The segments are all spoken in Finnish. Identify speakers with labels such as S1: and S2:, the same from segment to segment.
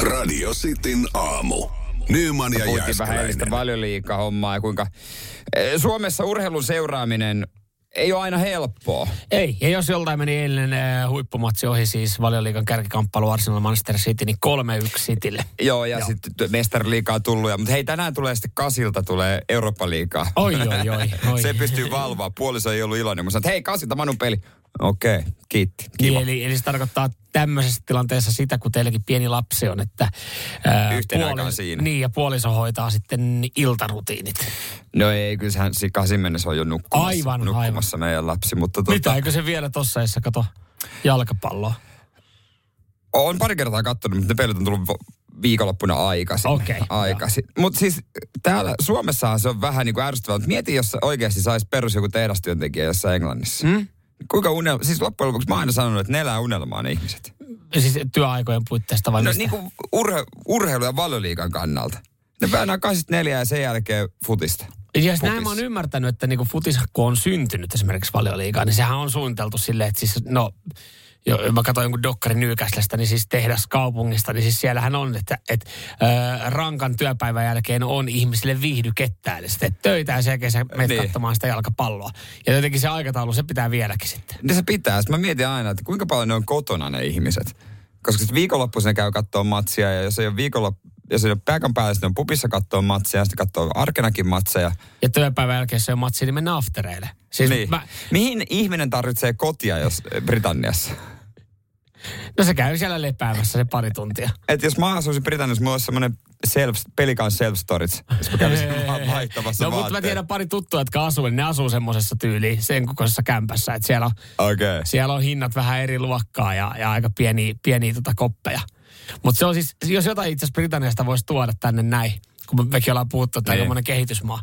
S1: Radio Cityn aamu. Nyman ja
S2: Puhuttiin vähän eilistä
S1: Jääskeläinen.
S2: paljon liikaa hommaa ja kuinka eh, Suomessa urheilun seuraaminen ei ole aina helppoa.
S3: Ei, ja jos joltain meni eilen äh, huippumatsi ohi, siis valioliikan kärkikamppailu Arsenal Manchester City, niin 3-1 Citylle.
S2: Joo, ja sitten mestariliikaa tullut. ja- Mutta hei, tänään tulee sitten kasilta tulee Eurooppa-liigaa.
S3: Oi, oi, oi, oi.
S2: Se pystyy valvoa. Puoliso ei ollut iloinen. Mä sanoin, että hei, kasilta Manun peli. Okei, okay, kiitti. Kiva.
S3: Niin, eli, eli se tarkoittaa tämmöisessä tilanteessa sitä, kun teilläkin pieni lapsi on, että ää,
S2: Yhteen aikaan siinä.
S3: Niin, ja puoliso hoitaa sitten iltarutiinit.
S2: No ei, kyllä sehän si- kasin mennessä on jo nukkumassa,
S3: Aivan,
S2: nukkumassa meidän lapsi. Mutta
S3: Tota. Mitä,
S2: tuota,
S3: eikö se vielä tossa eessä kato jalkapalloa?
S2: on pari kertaa katsonut, mutta ne pelit on tullut vo- viikonloppuna aikaisin.
S3: Okei,
S2: aikaisin. Mutta siis täällä Suomessahan se on vähän niin kuin ärsyttävää. Mut mieti, jos sä oikeasti saisi perus joku tehdastyöntekijä jossain Englannissa. Hmm? Kuinka unelma? Siis loppujen lopuksi mä oon aina sanonut, että ne elää unelmaa ne ihmiset.
S3: Siis työaikojen puitteista vai
S2: No
S3: mistä?
S2: niin kuin urhe, urheilu- ja valioliikan kannalta. Ne painaa 84 ja sen jälkeen futista.
S3: Ja siis
S2: Futis.
S3: näin mä oon ymmärtänyt, että niinku futis, kun on syntynyt esimerkiksi valioliigaa, niin sehän on suunniteltu silleen, että siis no, jo, mä katsoin jonkun Dokkari Nyykäslästä, niin siis tehdas kaupungista, niin siis siellähän on, että, että ö, rankan työpäivän jälkeen on ihmisille viihdykettä, eli sitten töitä ja sen jälkeen sä menet
S2: Niin.
S3: niin. katsomaan sitä jalkapalloa. Ja jotenkin se aikataulu, se pitää vieläkin sitten.
S2: Ne se pitää. Sitten mä mietin aina, että kuinka paljon ne on kotona ne ihmiset. Koska sitten viikonloppuisin ne käy katsoa matsia ja jos ei ole viikonloppu, jos ei ole pääkan päällä, sitten ne on pubissa katsoa matsia ja sitten katsoo arkenakin matseja.
S3: Ja työpäivän jälkeen se on matsi, niin mennään aftereille. Siis
S2: Niin.
S3: mä,
S2: Mihin ihminen tarvitsee kotia jos eh, Britanniassa?
S3: no se käy siellä lepäämässä se pari tuntia.
S2: Et jos mä asuisin Britanniassa, mulla olisi semmoinen self, pelikaan self storage, jos mä kävisin vaan vaihtamassa
S3: No mutta mä
S2: vaatteet.
S3: tiedän pari tuttua, jotka asuu, niin ne asuu semmoisessa tyyliin, sen kokoisessa kämpässä, että siellä on,
S2: Okei. Okay.
S3: siellä on hinnat vähän eri luokkaa ja, ja aika pieniä, pieniä tota koppeja. Mutta se on siis, jos jotain itse asiassa Britanniasta voisi tuoda tänne näin, kun me- mekin ollaan puhuttu, että
S2: Niin.
S3: niin. kehitysmaa,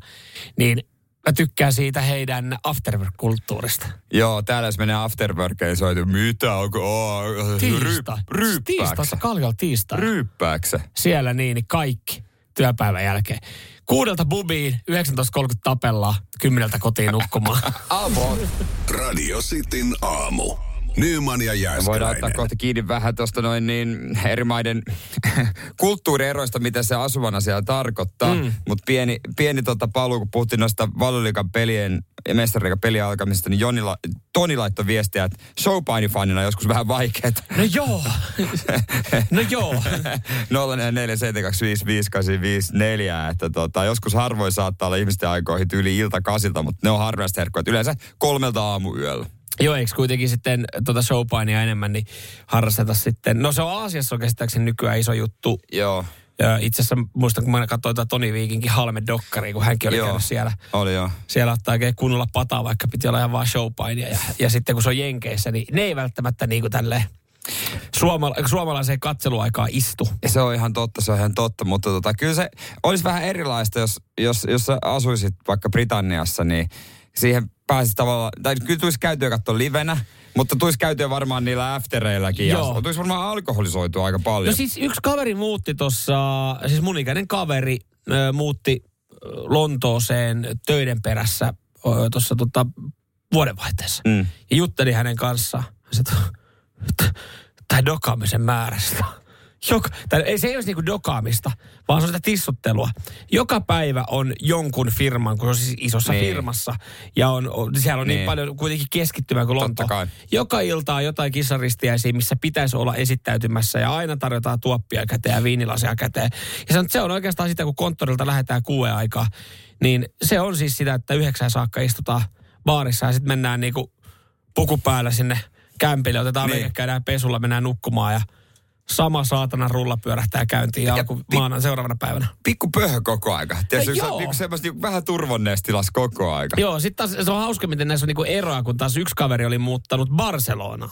S3: niin mä tykkään siitä heidän afterwork-kulttuurista.
S2: Joo, täällä jos menee afterworkeen, niin soitu, mitä onko, oo,
S3: Tiistai.
S2: ryyp- ryyppääksä?
S3: Tiistai, Kalkalla tiistai.
S2: Ryyppääksä?
S3: siellä niin, niin kaikki työpäivän jälkeen. Kuudelta bubiin, 19.30 tapellaan, kymmeneltä kotiin nukkumaan.
S1: Radio Cityn aamu. Nyman ja
S2: Voidaan ottaa
S1: Jääskeläinen.
S2: kohta kiinni vähän tuosta noin niin eri maiden kulttuurieroista, mitä se asuvana siellä tarkoittaa. Mm. Mutta pieni, pieni tota paluu, kun puhuttiin noista valioliikan pelien ja mestariliikan pelien alkamisesta, niin Joni la, Toni laittoi viestiä, että showpainifanina joskus vähän vaikeet.
S3: No joo. No joo.
S2: 0447255854, että tota, joskus harvoin saattaa olla ihmisten aikoihin tyyli ilta kasilta, mutta ne on harvinaista herkkoja. että Yleensä kolmelta aamuyöllä.
S3: Joo, eikö kuitenkin sitten tuota showpainia enemmän, niin harrasteta sitten. No se on Aasiassa on käsittääkseni nykyään iso juttu.
S2: Joo.
S3: Ja Itse asiassa muistan, kun mä katsoin tätä Toni Viikinkin halme dokkari, kun hänkin oli
S2: Joo.
S3: käynyt siellä.
S2: Oli joo.
S3: Siellä ottaa oikein kunnolla pataa, vaikka piti olla ihan vaan showpainia. Ja, ja sitten kun se on Jenkeissä, niin ne ei välttämättä niin kuin tälleen suomala- suomalaiseen katseluaikaan istu.
S2: Se on ihan totta, se on ihan totta, mutta tota, kyllä se olisi vähän erilaista, jos, jos, jos sä asuisit vaikka Britanniassa, niin siihen pääsisi tavallaan, tai kyllä tulisi käytyä katsoa livenä, mutta tulisi käytyä varmaan niillä aftereilläkin.
S3: Joo.
S2: Ja tulisi varmaan alkoholisoitua aika paljon.
S3: No siis yksi kaveri muutti tuossa, siis mun ikäinen kaveri ö, muutti ö, Lontooseen töiden perässä tuossa tota, vuodenvaihteessa.
S2: Mm.
S3: Ja jutteli hänen kanssaan. Se, tai dokaamisen määrästä. Joka, tai ei, se ei olisi niinku dokaamista, vaan se on sitä tissuttelua. Joka päivä on jonkun firman, kun se on siis isossa
S2: Niin.
S3: niin. firmassa, ja on, on- siellä on niin,
S2: Niin.
S3: niin paljon kuitenkin keskittymää kuin
S2: Totta
S3: Lontoa.
S2: kai.
S3: Joka ilta on jotain kissaristiäisiä, missä pitäisi olla esittäytymässä ja aina tarjotaan tuoppia käteen ja viinilasia käteen. Ja se on, se on oikeastaan sitä, kun konttorilta lähdetään kuuden aikaa, niin se on siis sitä, että yhdeksän saakka istutaan baarissa ja sitten mennään niinku puku päällä sinne kämpille, otetaan
S2: Niin.
S3: niin. käydään pesulla, mennään nukkumaan ja sama saatanan rulla pyörähtää käyntiin alku
S2: pi-
S3: maana seuraavana päivänä.
S2: Pikku pöhö koko aika. Tiedätkö,
S3: No
S2: sä oot
S3: joo.
S2: niinku semmoista niinku vähän turvonneessa tilassa koko aika.
S3: Joo, sit taas se on hauska, miten näissä on niinku eroa, kun taas yksi kaveri oli muuttanut Barcelonaan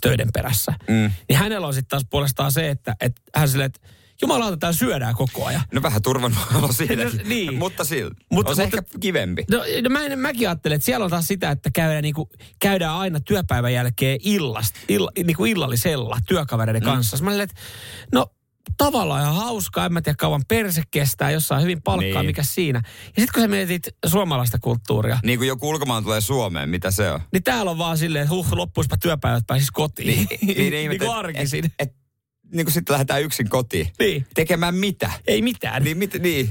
S3: töiden perässä. Mm. Niin hänellä on sitten taas puolestaan se, että, että hän silleen, että jumalauta, täällä syödään koko ajan.
S2: No vähän turvonnut olo siinäkin,
S3: No, niin.
S2: mutta silti.
S3: Mutta-
S2: on se
S3: mutta-
S2: ehkä kivempi.
S3: No, no mä en, mäkin ajattelen, että siellä on taas sitä, että käydään, niinku, käydään aina työpäivän jälkeen illast, ill, niinku illallisella työkavereiden kanssa. Mm. Mä olin, että no tavallaan ihan hauskaa, en mä tiedä kauan perse kestää, jossain hyvin palkkaa,
S2: Niin.
S3: niin. mikä siinä. Ja sitten kun sä mietit suomalaista kulttuuria,
S2: Niin kuin joku ulkomaan tulee Suomeen, mitä se on?
S3: niin täällä on vaan silleen, että huh, loppuispa työpäivät pääsis kotiin.
S2: Niin, niin,
S3: niin kuin
S2: ihmettelen,
S3: arkisin.
S2: Et, et, niin kuin sitten lähdetään yksin kotiin.
S3: Niin.
S2: Tekemään mitä?
S3: Ei mitään.
S2: Niin, mit, niin.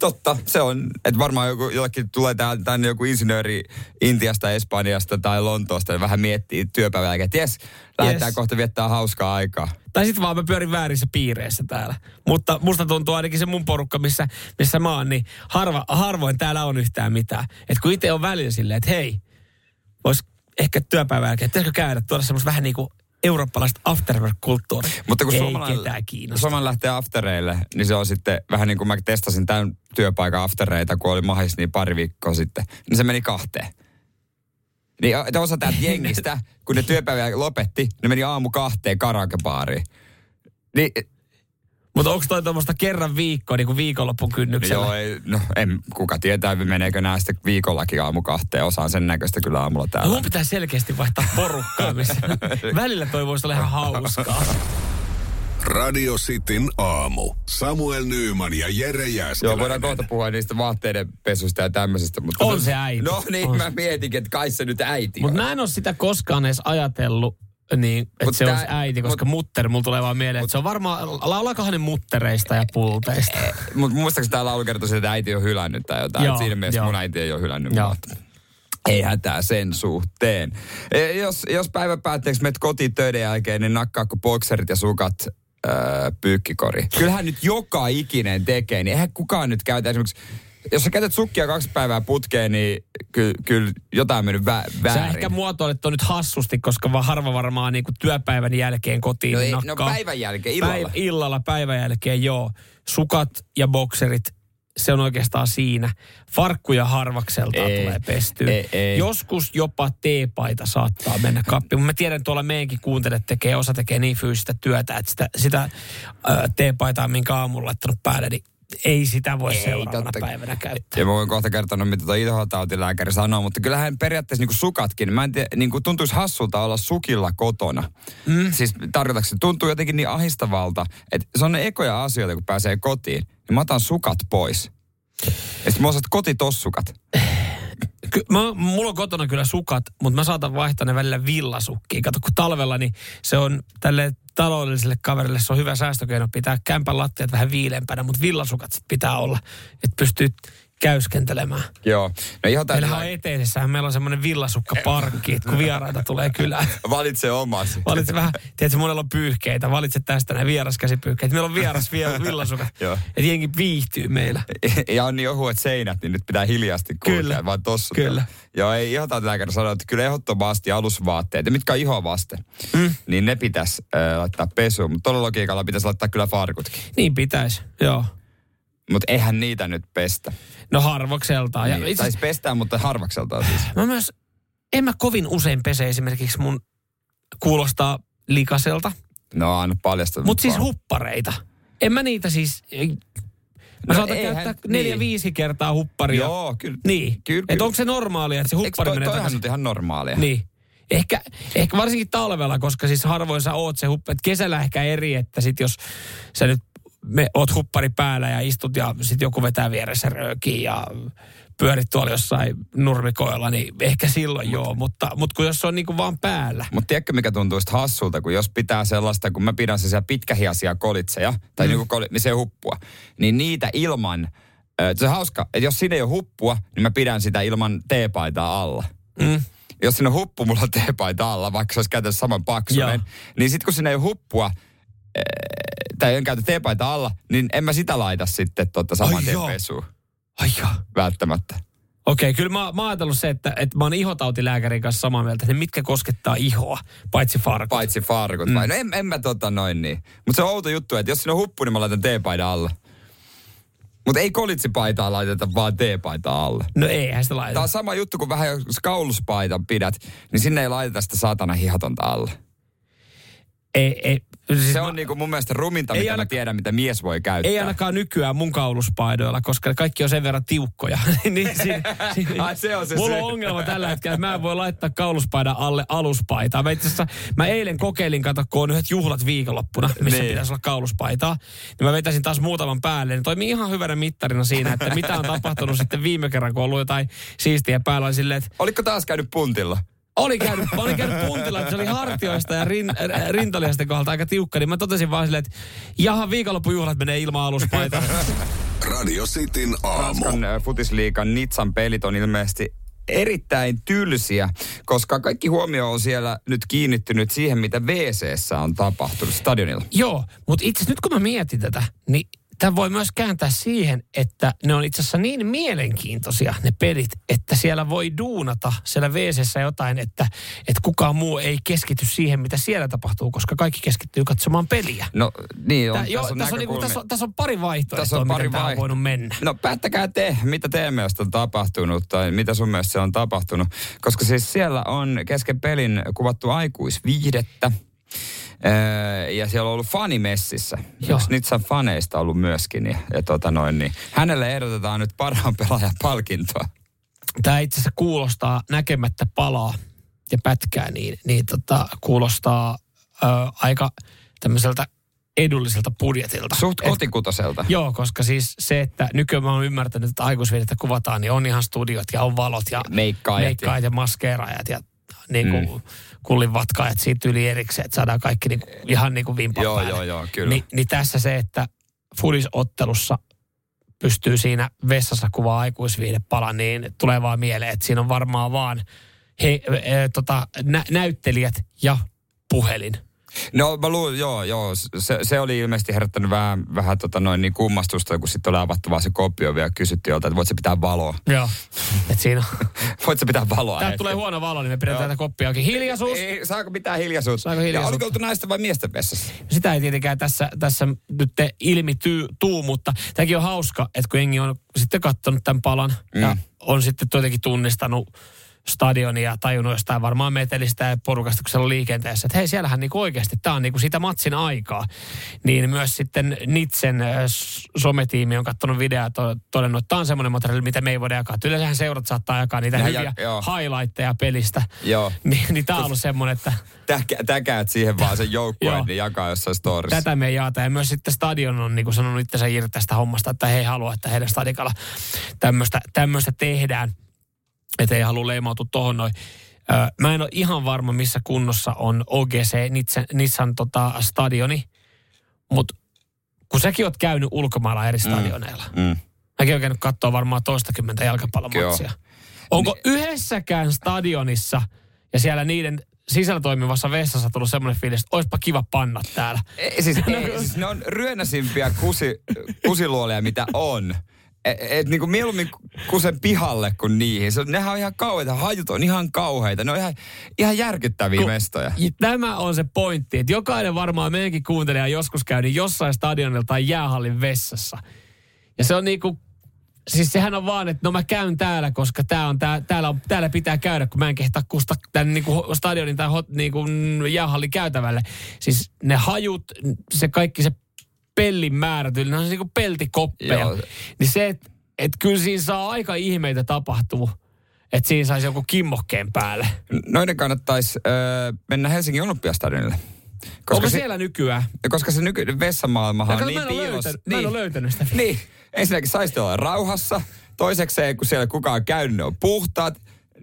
S2: Totta, se on. Että varmaan joku, jollekin tulee tää- tänne joku insinööri Intiasta, Espanjasta tai Lontoosta ja vähän miettii työpäivän jälkeen, että jes, lähdetään
S3: Jes.
S2: kohta viettää hauskaa aikaa.
S3: Tai sitten vaan mä pyörin väärissä piireissä täällä. Mutta musta tuntuu ainakin se mun porukka, missä, missä mä oon, niin harva, harvoin täällä on yhtään mitään. Et kun itse on välillä silleen, että hei, vois ehkä työpäivän jälkeen, pitäisikö käydä tuoda semmoista vähän niin kuin eurooppalaista afterwork-kulttuuria.
S2: Mutta kun
S3: Ei
S2: suomalainen,
S3: ketään kiinnosta.
S2: suomalainen lähtee aftereille, niin se on sitten vähän niin kuin mä testasin tämän työpaikan aftereita, kun oli mahis niin pari viikkoa sitten. Niin se meni kahteen. Niin että osa täältä jengistä, kun ne työpäivä lopetti, ne meni aamu kahteen karaokebaariin. Niin,
S3: Mutta onko toi tuommoista kerran viikkoa, niin kuin viikonloppun kynnyksellä?
S2: joo, ei, no, en, kuka tietää, meneekö nämä sitten viikollakin aamu kahteen. Osaan sen näköistä kyllä aamulla
S3: No,
S2: täällä.
S3: mun pitää selkeästi vaihtaa porukkaa, missä välillä toi voisi olla ihan hauskaa.
S1: Radio Cityn aamu. Samuel Nyyman ja Jere
S2: Joo,
S1: Jääskeläinen.
S2: voidaan kohta puhua niistä vaatteiden pesusta ja tämmöisestä. Mutta
S3: On se äiti.
S2: No niin,
S3: On
S2: mä mietinkin, että kai se nyt äiti on.
S3: Mutta mä en ole sitä koskaan edes ajatellut, niin, että
S2: Mut
S3: se
S2: tää-
S3: olisi äiti, koska
S2: mut-
S3: mutter, mulla tulee vaan mieleen, että se on varmaan, laulakohan ne muttereista ja pulteista.
S2: Mutta muistaakseni tämä laulu kertoi siitä, että äiti on hylännyt tai jotain.
S3: Joo,
S2: Joo, siinä mielessä
S3: joo.
S2: mun äiti ei ole hylännyt
S3: Joo.
S2: maata. Ei hätää sen suhteen. E, jos, jos päivän päätteeksi menet kotiin töiden jälkeen, niin nakkaako bokserit ja sukat öö, pyykkikori? Kyllähän nyt joka ikinen tekee, niin eihän kukaan nyt käytä esimerkiksi... Jos sä käytät sukkia kaksi päivää putkeen, niin kyllä kyl jotain on mennyt vä-
S3: Sä
S2: väärin. No
S3: ehkä muotoilet on nyt hassusti, koska vaan harva varmaan niin kuin työpäivän jälkeen kotiin
S2: no, ei, no
S3: nakkaa.
S2: päivän jälkeen illalla.
S3: Päiv- illalla päivän jälkeen, joo. Sukat ja bokserit, se on oikeastaan siinä. Farkkuja harvakselta
S2: Ei,
S3: tulee pestyä.
S2: ei, ei.
S3: Joskus jopa teepaita saattaa mennä kappiin. Mä tiedän, tuolla meidänkin kuuntelet tekee, osa tekee niin fyysistä työtä, että sitä, sitä ö, teepaitaa, minkä aamulla laittanut päälle, niin ei sitä voi
S2: Ei,
S3: seuraavana
S2: totta-
S3: päivänä käyttää.
S2: Ja mä voin kohta kertoa, mitä tuo ilotautilääkäri sanoo, mutta kyllähän periaatteessa niin sukatkin, mä en tiedä, niin kuin tuntuisi hassulta olla sukilla kotona. Mm. Siis tarkoitatko, se tuntuu jotenkin niin ahistavalta, että se on ne ekoja asioita, kun pääsee kotiin, niin mä otan sukat pois. Ja sitten mä osat kotitossukat.
S3: Ky- mä, mulla on kotona kyllä sukat, mutta mä saatan vaihtaa ne välillä villasukkiin. Kato, kun talvella, niin se on tälle taloudelliselle kaverille se on hyvä säästökeino pitää kämpän lattiat vähän viileämpänä, mutta villasukat sit pitää olla, että pystyy käyskentelemään.
S2: Joo. No ihan
S3: Meillähän on
S2: tällä
S3: eteisessähän meillä on semmoinen villasukkaparkki, että kun vieraita tulee kylään.
S2: Valitse omasi.
S3: Valitse vähän, tiedätkö, monella on pyyhkeitä, valitse tästä nämä vieraskäsipyyhkeet. Meillä on vieras vie- villasukat,
S2: Joo.
S3: että jengi viihtyy meillä.
S2: ja on niin ohuet seinät, niin nyt pitää hiljaasti kulkea,
S3: Kyllä.
S2: vaan tossa.
S3: Kyllä.
S2: Joo, ei ihan lääkäri sanoi, että kyllä ehdottomasti alusvaatteet, ja mitkä on ihoa vasten, mm. niin ne pitäisi äh, laittaa pesuun. Mutta tuolla logiikalla pitäisi laittaa kyllä farkutkin.
S3: Niin pitäisi, joo.
S2: Mutta eihän niitä nyt pestä.
S3: No harvokseltaan. Ja
S2: Niin.
S3: itse-
S2: Itse... Taisi pestää, mutta harvakseltaan siis.
S3: Mä myös, en mä kovin usein pese esimerkiksi mun kuulostaa likaselta,
S2: No, aina paljasta.
S3: mutta siis huppareita. En mä niitä siis, ei- mä
S2: No
S3: no saatan
S2: eihän-
S3: käyttää neljä
S2: niin.
S3: viisi kertaa hupparia.
S2: Joo, kyllä.
S3: Niin.
S2: Kyllä,
S3: Että
S2: kyllä.
S3: onko se normaalia, että se
S2: Eikö
S3: huppari
S2: toi,
S3: menee
S2: toihan
S3: takaisin?
S2: nyt ihan normaalia?
S3: Niin. Ehkä, ehkä varsinkin talvella, koska siis harvoin sä oot se huppari. Kesällä ehkä eri, että sit jos sä nyt me, oot huppari päällä ja istut ja sit joku vetää vieressä röökiin ja pyörit tuolla jossain nurmikoilla, niin ehkä silloin joo. Mutta, mutta kun jos se on niinku vaan päällä.
S2: Mutta tiedätkö, mikä tuntuu sit hassulta, kun jos pitää sellaista, kun mä pidän sellaisia pitkähiasia kolitseja, tai mm. niinku koli, niin se ei huppua, niin niitä ilman, ö, se on hauska, että jos siinä ei ole huppua, niin mä pidän sitä ilman teepaitaa alla.
S3: Mm.
S2: Jos siinä on huppu, mulla on teepaita alla, vaikka se olisi käytännössä saman paksuinen, niin sitten kun siinä ei ole huppua, ö, tai en käytä teepaita alla, niin en mä sitä laita sitten totta saman
S3: Ai
S2: tien
S3: joo.
S2: pesuun.
S3: Ai joo.
S2: Välttämättä.
S3: Okei, kyllä mä, mä oon ajatellut se, että, että mä oon ihotautilääkärin kanssa samaa mieltä, että ne mitkä koskettaa ihoa, paitsi farkut.
S2: Paitsi farkut mm. vai? No en, en mä tota noin niin. Mutta se on outo juttu, että jos siinä on huppu, niin mä laitan teepaidan alle. Mutta ei kolitsipaitaa laiteta, vaan teepaitaa alle.
S3: no eihän sitä laita.
S2: Tämä on sama juttu, kun vähän jos kauluspaitan pidät, niin sinne ei laiteta sitä saatana hihatonta alle.
S3: Ei, ei, siis
S2: Se
S3: mä-
S2: on niinku mun mielestä ruminta,
S3: Ei
S2: mitä mä
S3: ainakaan-
S2: tiedän, mitä mies voi käyttää.
S3: Ei ainakaan nykyään mun kauluspaidoilla, koska kaikki on sen verran tiukkoja. niin, si- si-
S2: Ai, se on se
S3: Mulla on
S2: syy.
S3: ongelma tällä hetkellä, että mä en voi laittaa kauluspaidan alle aluspaitaa. Mä itse asiassa, mä eilen kokeilin, kato, kun on yhdet juhlat viikonloppuna, missä
S2: Niin.
S3: pitäisi olla kauluspaitaa. Niin mä vetäisin taas muutaman päälle. Niin toimii ihan hyvänä mittarina siinä, että mitä on tapahtunut sitten viime kerran, kun on ollut jotain siistiä päällä. Oli silleen, että
S2: Oliko taas käynyt puntilla?
S3: Oli käynyt, mä olin käynyt puntilla, että se oli hartioista ja rin, äh, rintalihasten kohdalta aika tiukka, niin mä totesin vaan silleen, että jaha, viikonloppujuhlat menee ilman aluspaita.
S1: Radio Cityn aamu.
S2: Ranskan ö, futisliigan Nitsan pelit on ilmeisesti erittäin tylsiä, koska kaikki huomio on siellä nyt kiinnittynyt siihen, mitä wc on tapahtunut stadionilla.
S3: Joo, mutta itse asiassa nyt kun mä mietin tätä, niin tämä voi myös kääntää siihen, että ne on itse asiassa niin mielenkiintoisia ne pelit, että siellä voi duunata siellä wc jotain, että, että kukaan muu ei keskity siihen, mitä siellä tapahtuu, koska kaikki keskittyy katsomaan peliä.
S2: No niin, on,
S3: Tää, joo, tässä on, niinku,
S2: näkökulmia.
S3: tässä, on, tässä on pari vaihtoehtoa,
S2: Tässä on pari
S3: miten tää on
S2: vaihto-
S3: voinut mennä.
S2: No päättäkää te, mitä teidän mielestä on tapahtunut tai mitä sun mielestä se on tapahtunut. Koska siis siellä on kesken pelin kuvattu aikuisviihdettä. Öö, ja siellä on ollut fani messissä.
S3: Joo.
S2: Yksi Nitsan faneista ollut myöskin. Ja, ja tota noin, niin hänelle ehdotetaan nyt parhaan pelaajan palkintoa.
S3: Tämä itse asiassa kuulostaa näkemättä palaa ja pätkää, niin, niin tota, kuulostaa ö, aika tämmöiseltä edulliselta budjetilta.
S2: Suht
S3: Et-
S2: kotikutoselta.
S3: Joo, koska siis se, että nykyään mä oon ymmärtänyt, että aikuisviidettä kuvataan, niin on ihan studiot ja on valot ja
S2: Meikkaajat ja-
S3: meikkaajat ja maskeeraajat ja niin kuin mm. kullinvatkaajat siitä yli erikseen, että saadaan kaikki niin kuin, ihan niin kuin vimpan
S2: Joo,
S3: päälle.
S2: joo, joo, kyllä.
S3: Ni, niin tässä se, että fudisottelussa pystyy siinä vessassa kuvaa aikuisviide pala, niin tulee vaan mieleen, että siinä on varmaan vaan he, e, tota, nä, näyttelijät ja puhelin.
S2: No mä luulen, joo, joo. Se, se oli ilmeisesti herättänyt vähän, vähän tota noin, niin kummastusta, kun sitten oli avattu vaan se kopio vielä ja kysyttiin jolta, että voit se pitää valoa.
S3: Joo. Et siinä on.
S2: voit se pitää valoa.
S3: Täältä
S2: hetki?
S3: tulee huono valo, niin me pidetään tätä koppia auki. Hiljaisuus!
S2: Ei, saako mitään hiljaisuutta?
S3: Saako hiljaisuutta?
S2: Ja oliko oltu naisten vai miesten vessassa?
S3: Sitä ei tietenkään tässä, tässä nyt te- ilmi tyy, tuu, mutta tämäkin on hauska, että kun jengi on sitten katsonut tämän palan mm. ja on sitten jotenkin tunnistanut stadionia ja tajunnut jostain varmaan metelistä ja porukasta, kun siellä on liikenteessä, että hei, siellähän niinku oikeasti, tämä on niinku sitä matsin aikaa. Niin myös sitten Nitsen äh, s- sometiimi on katsonut videoa to- todennut, että tämä on semmoinen materiaali, mitä me ei voida jakaa. Et Yleensähän seurat saattaa jakaa niitä
S2: Nehän
S3: hyviä
S2: ja- joo. Siis-
S3: highlightteja pelistä.
S2: Joo.
S3: Ni, niin tämä on ollut semmoinen, että
S2: Täkä, täkäät siihen vaan sen
S3: Joo.
S2: joukkueen, niin jakaa jossain storissa.
S3: Tätä me ei jaata. Ja myös sitten stadion on niin sanonut itsensä irti tästä hommasta, että he ei halua, että heidän stadikalla tämmöistä, tämmöistä tehdään. Että ei halua leimautua tohon noin. Ö, Mä en ole ihan varma, missä kunnossa on OGC Nissan, Nissan tota, stadioni, mutta kun säkin oot käynyt ulkomailla eri stadioneilla. Mm.
S2: Mm.
S3: Mäkin oon käynyt katsoa varmaan toistakymmentä jalkapallomatsia. Onko yhdessäkään stadionissa ja siellä niiden sisällä toimivassa vessassa tullut semmoinen fiilis, että olisipa kiva panna täällä.
S2: Ei, siis,
S3: No,
S2: ei, siis ne on ryönäsimpiä kusi, kusiluoleja, mitä on. Et, et niinku mieluummin kusen pihalle kuin niihin. Se, on- nehän on ihan kauheita, hajut on ihan kauheita. Ne on ihan, ihan järkyttäviä
S3: Kun-
S2: mestoja.
S3: Ja Tämä on se pointti, että jokainen varmaan meidänkin kuuntelija joskus käy niin jossain stadionilla tai jäähallin vessassa. Ja se on niinku, siis sehän on vaan, että no mä käyn täällä, koska tää on, tää, täällä, on, täällä pitää käydä, kun mä en kehtaa kusta tämän niinku ho- stadionin tai hot, niinku mm, jäähallin käytävälle. Siis ne hajut, se kaikki se pellin määrä, tyyli, ne on siis niinku peltikoppeja. Joo.
S2: Joo.
S3: Niin se, että et kyllä siinä saa aika ihmeitä tapahtuu, että siinä saisi joku kimmokkeen päälle.
S2: Noiden kannattaisi öö, mennä Helsingin Olympiastadionille. Koska
S3: Onko
S2: se-
S3: siellä nykyään?
S2: Koska se nykyinen vessamaailmahan
S3: Ja
S2: on
S3: kato,
S2: niin
S3: mä en ole
S2: piilos.
S3: löytänyt- mä en
S2: niin,
S3: ole löytänyt sitä.
S2: Niin. Ensinnäkin saisi olla rauhassa. Toiseksi ei, kun siellä kukaan on käynyt, ne on puhtaat.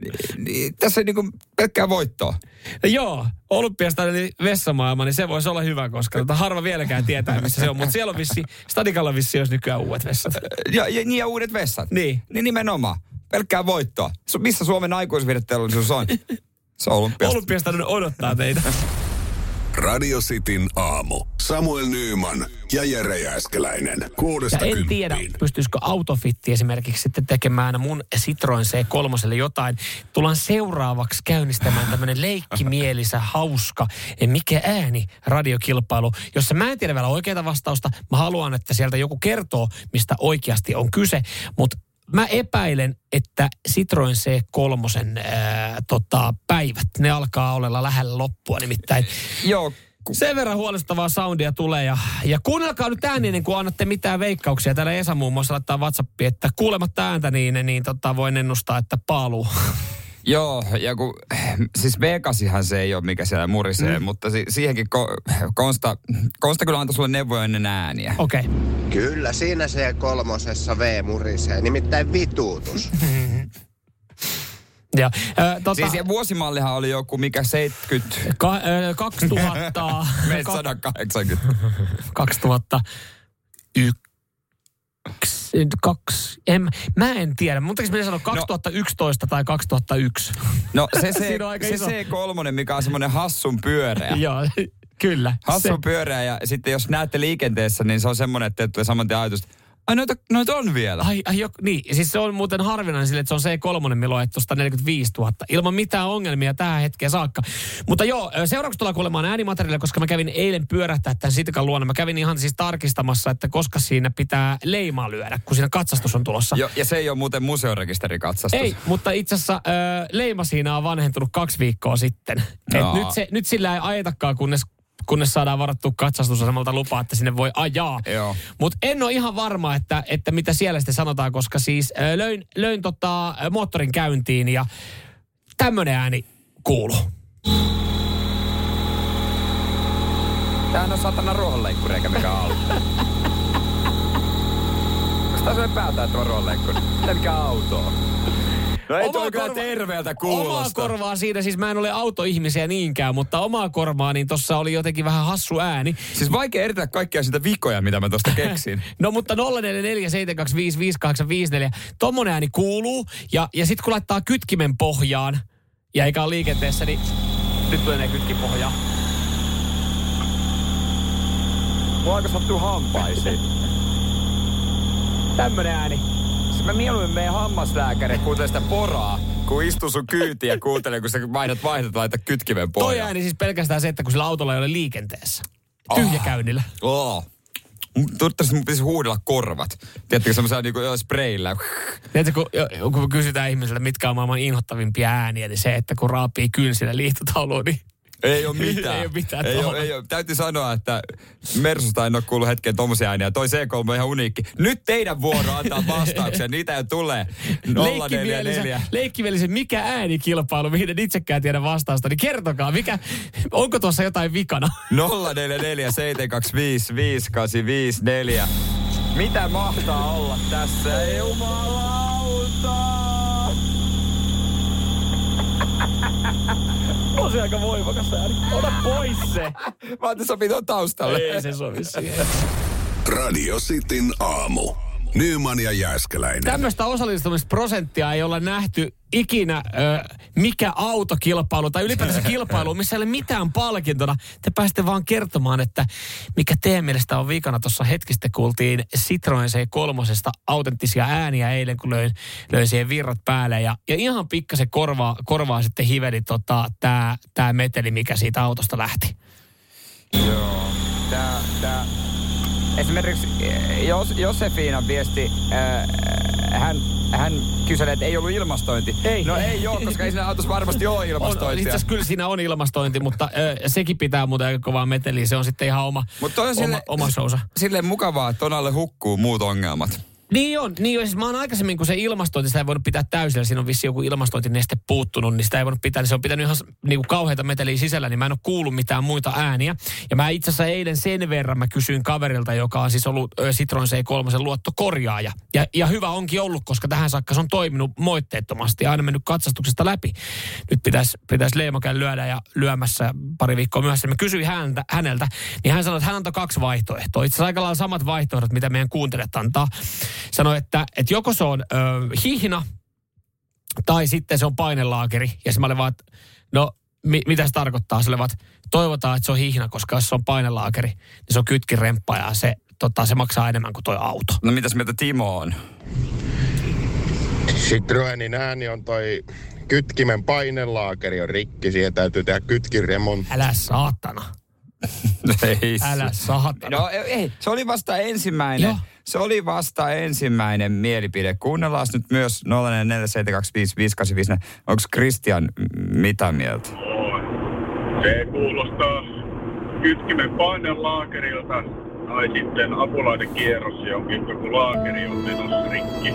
S2: Niin, niin, tässä on niinku pelkkää voittoa.
S3: No joo, Olympiasta eli vessamaailma, niin se voisi olla hyvä, koska tota harva vieläkään tietää, missä se on. Mutta siellä on vissi, Stadikalla vissi olisi nykyään uudet vessat.
S2: Ja, ja, niin ja uudet vessat.
S3: Niin.
S2: Niin nimenomaan. Pelkkää voittoa. Su, missä Suomen aikuisviideteollisuus on? Se on olympiasta.
S3: Olympiasta odottaa teitä.
S1: Radio Cityn aamu. Samuel Nyyman ja Jere Jääskeläinen.
S3: Ja
S1: Kuudesta
S3: en tiedä,
S1: kymppiin.
S3: pystyisikö autofitti esimerkiksi sitten tekemään mun Citroen C3 jotain. Tullaan seuraavaksi käynnistämään tämmöinen leikkimielisä, hauska, eh, mikä ääni radiokilpailu, jossa mä en tiedä vielä oikeata vastausta. Mä haluan, että sieltä joku kertoo, mistä oikeasti on kyse, mutta Mä epäilen, että Citroen C3 ää, tota, päivät, ne alkaa olla lähellä loppua nimittäin.
S2: Joo, ku,
S3: Sen verran huolestuttavaa soundia tulee ja, ja kuunnelkaa nyt ääni ennen kuin annatte mitään veikkauksia. Täällä Esa muun muassa laittaa WhatsAppiin, että kuulematta ääntä niin, niin tota, voin ennustaa, että paaluu.
S2: Joo, ja kun, siis Vegasihan se ei ole, mikä siellä murisee, mm. mutta si- siihenkin ko, Konsta, Konsta kyllä antoi sulle neuvoja ennen ääniä.
S3: Okei. Okay.
S4: Kyllä, siinä se kolmosessa V murisee, nimittäin vituutus.
S3: Ja, äh, tota,
S2: Siis se vuosimallihan oli joku mikä 70...
S3: ka, äh, 2000...
S2: Meitä
S3: ka-
S2: 180.
S3: 2001. Kaksi, en, mä en tiedä. Mun tekisi mennä sanoa 2011 tai 2001.
S2: No se, se,
S3: Siinä on aika
S2: se
S3: iso.
S2: C3, mikä on semmoinen hassun pyöreä.
S3: Joo, kyllä.
S2: Hassun pyöreä ja sitten jos näette liikenteessä, niin se on semmoinen, että tulee saman tien ajatus, että ai noita, noita on vielä.
S3: Ai, ai jo, niin. Siis se on muuten harvinainen sille, että se on C3, milloin on 145 000. Ilman mitään ongelmia tähän hetkeen saakka. Mutta joo, ö, seuraavaksi tullaan kuulemaan äänimateriaalia, koska mä kävin eilen pyörähtää tämän Sitikan luona. Mä kävin ihan siis tarkistamassa, että koska siinä pitää leimaa lyödä, kun siinä katsastus on tulossa.
S2: Jo, ja se ei ole muuten museorekisterikatsastus.
S3: Ei, mutta itse asiassa ö, leima siinä on vanhentunut kaksi viikkoa sitten.
S2: Jaa.
S3: Et nyt, se, nyt sillä ei ajetakaan, kunnes, kunnes saadaan varattua katsastusasemalta lupa, että sinne voi ajaa.
S2: Joo.
S3: Mutta en ole ihan varma, että, että mitä siellä sitten sanotaan, koska siis ö, löin, löin tota, ö, moottorin käyntiin ja tämmöinen ääni kuuluu.
S2: Tämähän on satana ruohonleikkuri eikä mikään auto. Onko tämä sellainen päätäyttävä ruohonleikkuri? Mitä mikään auto on? No ei toi kyllä terveeltä
S3: Omaa
S2: kuulosta.
S3: korvaa siinä, siis mä en ole autoihmisiä niinkään, mutta omaa korvaa, niin tossa oli jotenkin vähän hassu ääni.
S2: Siis vaikea eritellä kaikkia sitä vikoja, mitä mä tosta keksin.
S3: No mutta 0447255854, tommonen ääni kuuluu. Ja, ja sit kun laittaa kytkimen pohjaan, ja eikä ole liikenteessä, niin nyt tulee kytki pohjaan.
S2: Mua aika sattuu hampaisiin.
S3: Tämmönen ääni.
S2: Siis mä mieluummin menen hammaslääkäri kuuntele sitä poraa, kun istuu sun kyytiin ja kuuntelee, kun sä vaihdat vaihdat laita kytkimen
S3: Toi
S2: pohjaan.
S3: ääni siis pelkästään se, että kun sillä autolla ei ole liikenteessä. Tyhjäkäynnillä.
S2: Oo. Toivottavasti mun pitäisi huudella korvat. Tiedättekö semmoisella niinku joo, spreillä.
S3: Tiedätkö, kun, jo- kun kysytään ihmisiltä, mitkä on maailman inhottavimpia ääniä, niin se, että kun raapii kynsillä liihtotauluun, niin
S2: Ei ole mitään.
S3: Ei oo mitään
S2: ei oo,
S3: tuolla.
S2: ei oo. Täytyy sanoa, että Mersusta en ole kuullut hetkeen tommosia ääniä. Toi C3 on ihan uniikki. Nyt teidän vuoro antaa vastauksia. Niitä jo tulee. 044.
S3: Leikkivielisen, leikkivielisen mikä äänikilpailu, mihin en itsekään tiedä vastausta, niin kertokaa, mikä, onko tuossa jotain vikana?
S2: 044 725 5854. Mitä mahtaa olla tässä? Jumalauta!
S3: On se aika voimakas ääni. Ota pois se.
S2: Mä ajattelin, sopii tuon taustalle.
S3: Ei se sovi siihen.
S1: Radio Cityn aamu. Nyman ja Jääskeläinen.
S3: Tämmöistä osallistumisprosenttia ei olla nähty ikinä ö, mikä autokilpailu tai ylipäätänsä kilpailu, missä ei ole mitään palkintona. Te pääsitte vaan kertomaan, että mikä teidän mielestä on viikana. Tuossa hetkistä kuultiin Citroen C3 autenttisia ääniä eilen, kun löin, löin siihen virrat päälle. Ja, ja ihan pikkasen korvaa, korvaa sitten hiveli tota, tämä tää meteli, mikä siitä autosta lähti.
S2: Joo. Tää, tää. Esimerkiksi eh, jos, Josefina viesti, äh, hän, hän kyselee, että ei ollut ilmastointi.
S3: Ei.
S2: No ei joo, koska ei siinä autossa varmasti ole
S3: On, on, itse
S2: ilmastointia.
S3: asiassa kyllä siinä on ilmastointi, mutta ö, sekin pitää muuten aika kovaa meteliä. Se on sitten ihan oma,
S2: Mut toi on
S3: oma,
S2: sille-
S3: oma showsa.
S2: Silleen mukavaa, että on alle hukkuu muut ongelmat.
S3: Niin on, niin on. Siis mä oon aikaisemmin, kun se ilmastointi, sitä ei voinut pitää täysillä. Siinä on vissi joku ilmastointineste puuttunut, niin sitä ei voinut pitää. Niin se on pitänyt ihan niin kuin kauheita meteliä sisällä, niin mä en ole kuullut mitään muita ääniä. Ja mä itse asiassa eilen sen verran mä kysyin kaverilta, joka on siis ollut ö, Citroen C3 luottokorjaaja. Ja, ja hyvä onkin ollut, koska tähän saakka se on toiminut moitteettomasti ja aina mennyt katsastuksesta läpi. Nyt pitäisi pitäis leimakäyn lyödä ja lyömässä pari viikkoa myöhässä. Mä kysyin häntä, häneltä, niin hän sanoi, että hän antoi kaksi vaihtoehtoa. Itse asiassa aika lailla samat vaihtoehdot, mitä meidän kuuntelijat antaa. Sanoi, että, että joko se on ö, hihna tai sitten se on painelaakeri. Ja sitten mä olin vaan, että no mi, mitä se tarkoittaa? Se oli vaan, että toivotaan, että se on hihna, koska jos se on painelaakeri, niin se on kytkiremppa ja se, tota, se maksaa enemmän kuin toi auto.
S2: No mitäs mieltä Timo on?
S4: Citroenin ääni on toi kytkimen painelaakeri on rikki, siihen täytyy tehdä kytkiremontti.
S3: Älä saatana.
S2: No ei. se-
S3: Älä saatana.
S2: No ei, se oli vasta ensimmäinen.
S3: Joo.
S2: Se oli vasta ensimmäinen mielipide. Kuunnellaan nyt myös 0447255854. Onko Christian mm, mitä mieltä?
S5: Se kuulostaa kytkimen painelaakerilta tai sitten apulainen kierros jonkin, kun laakeri on menossa rikki.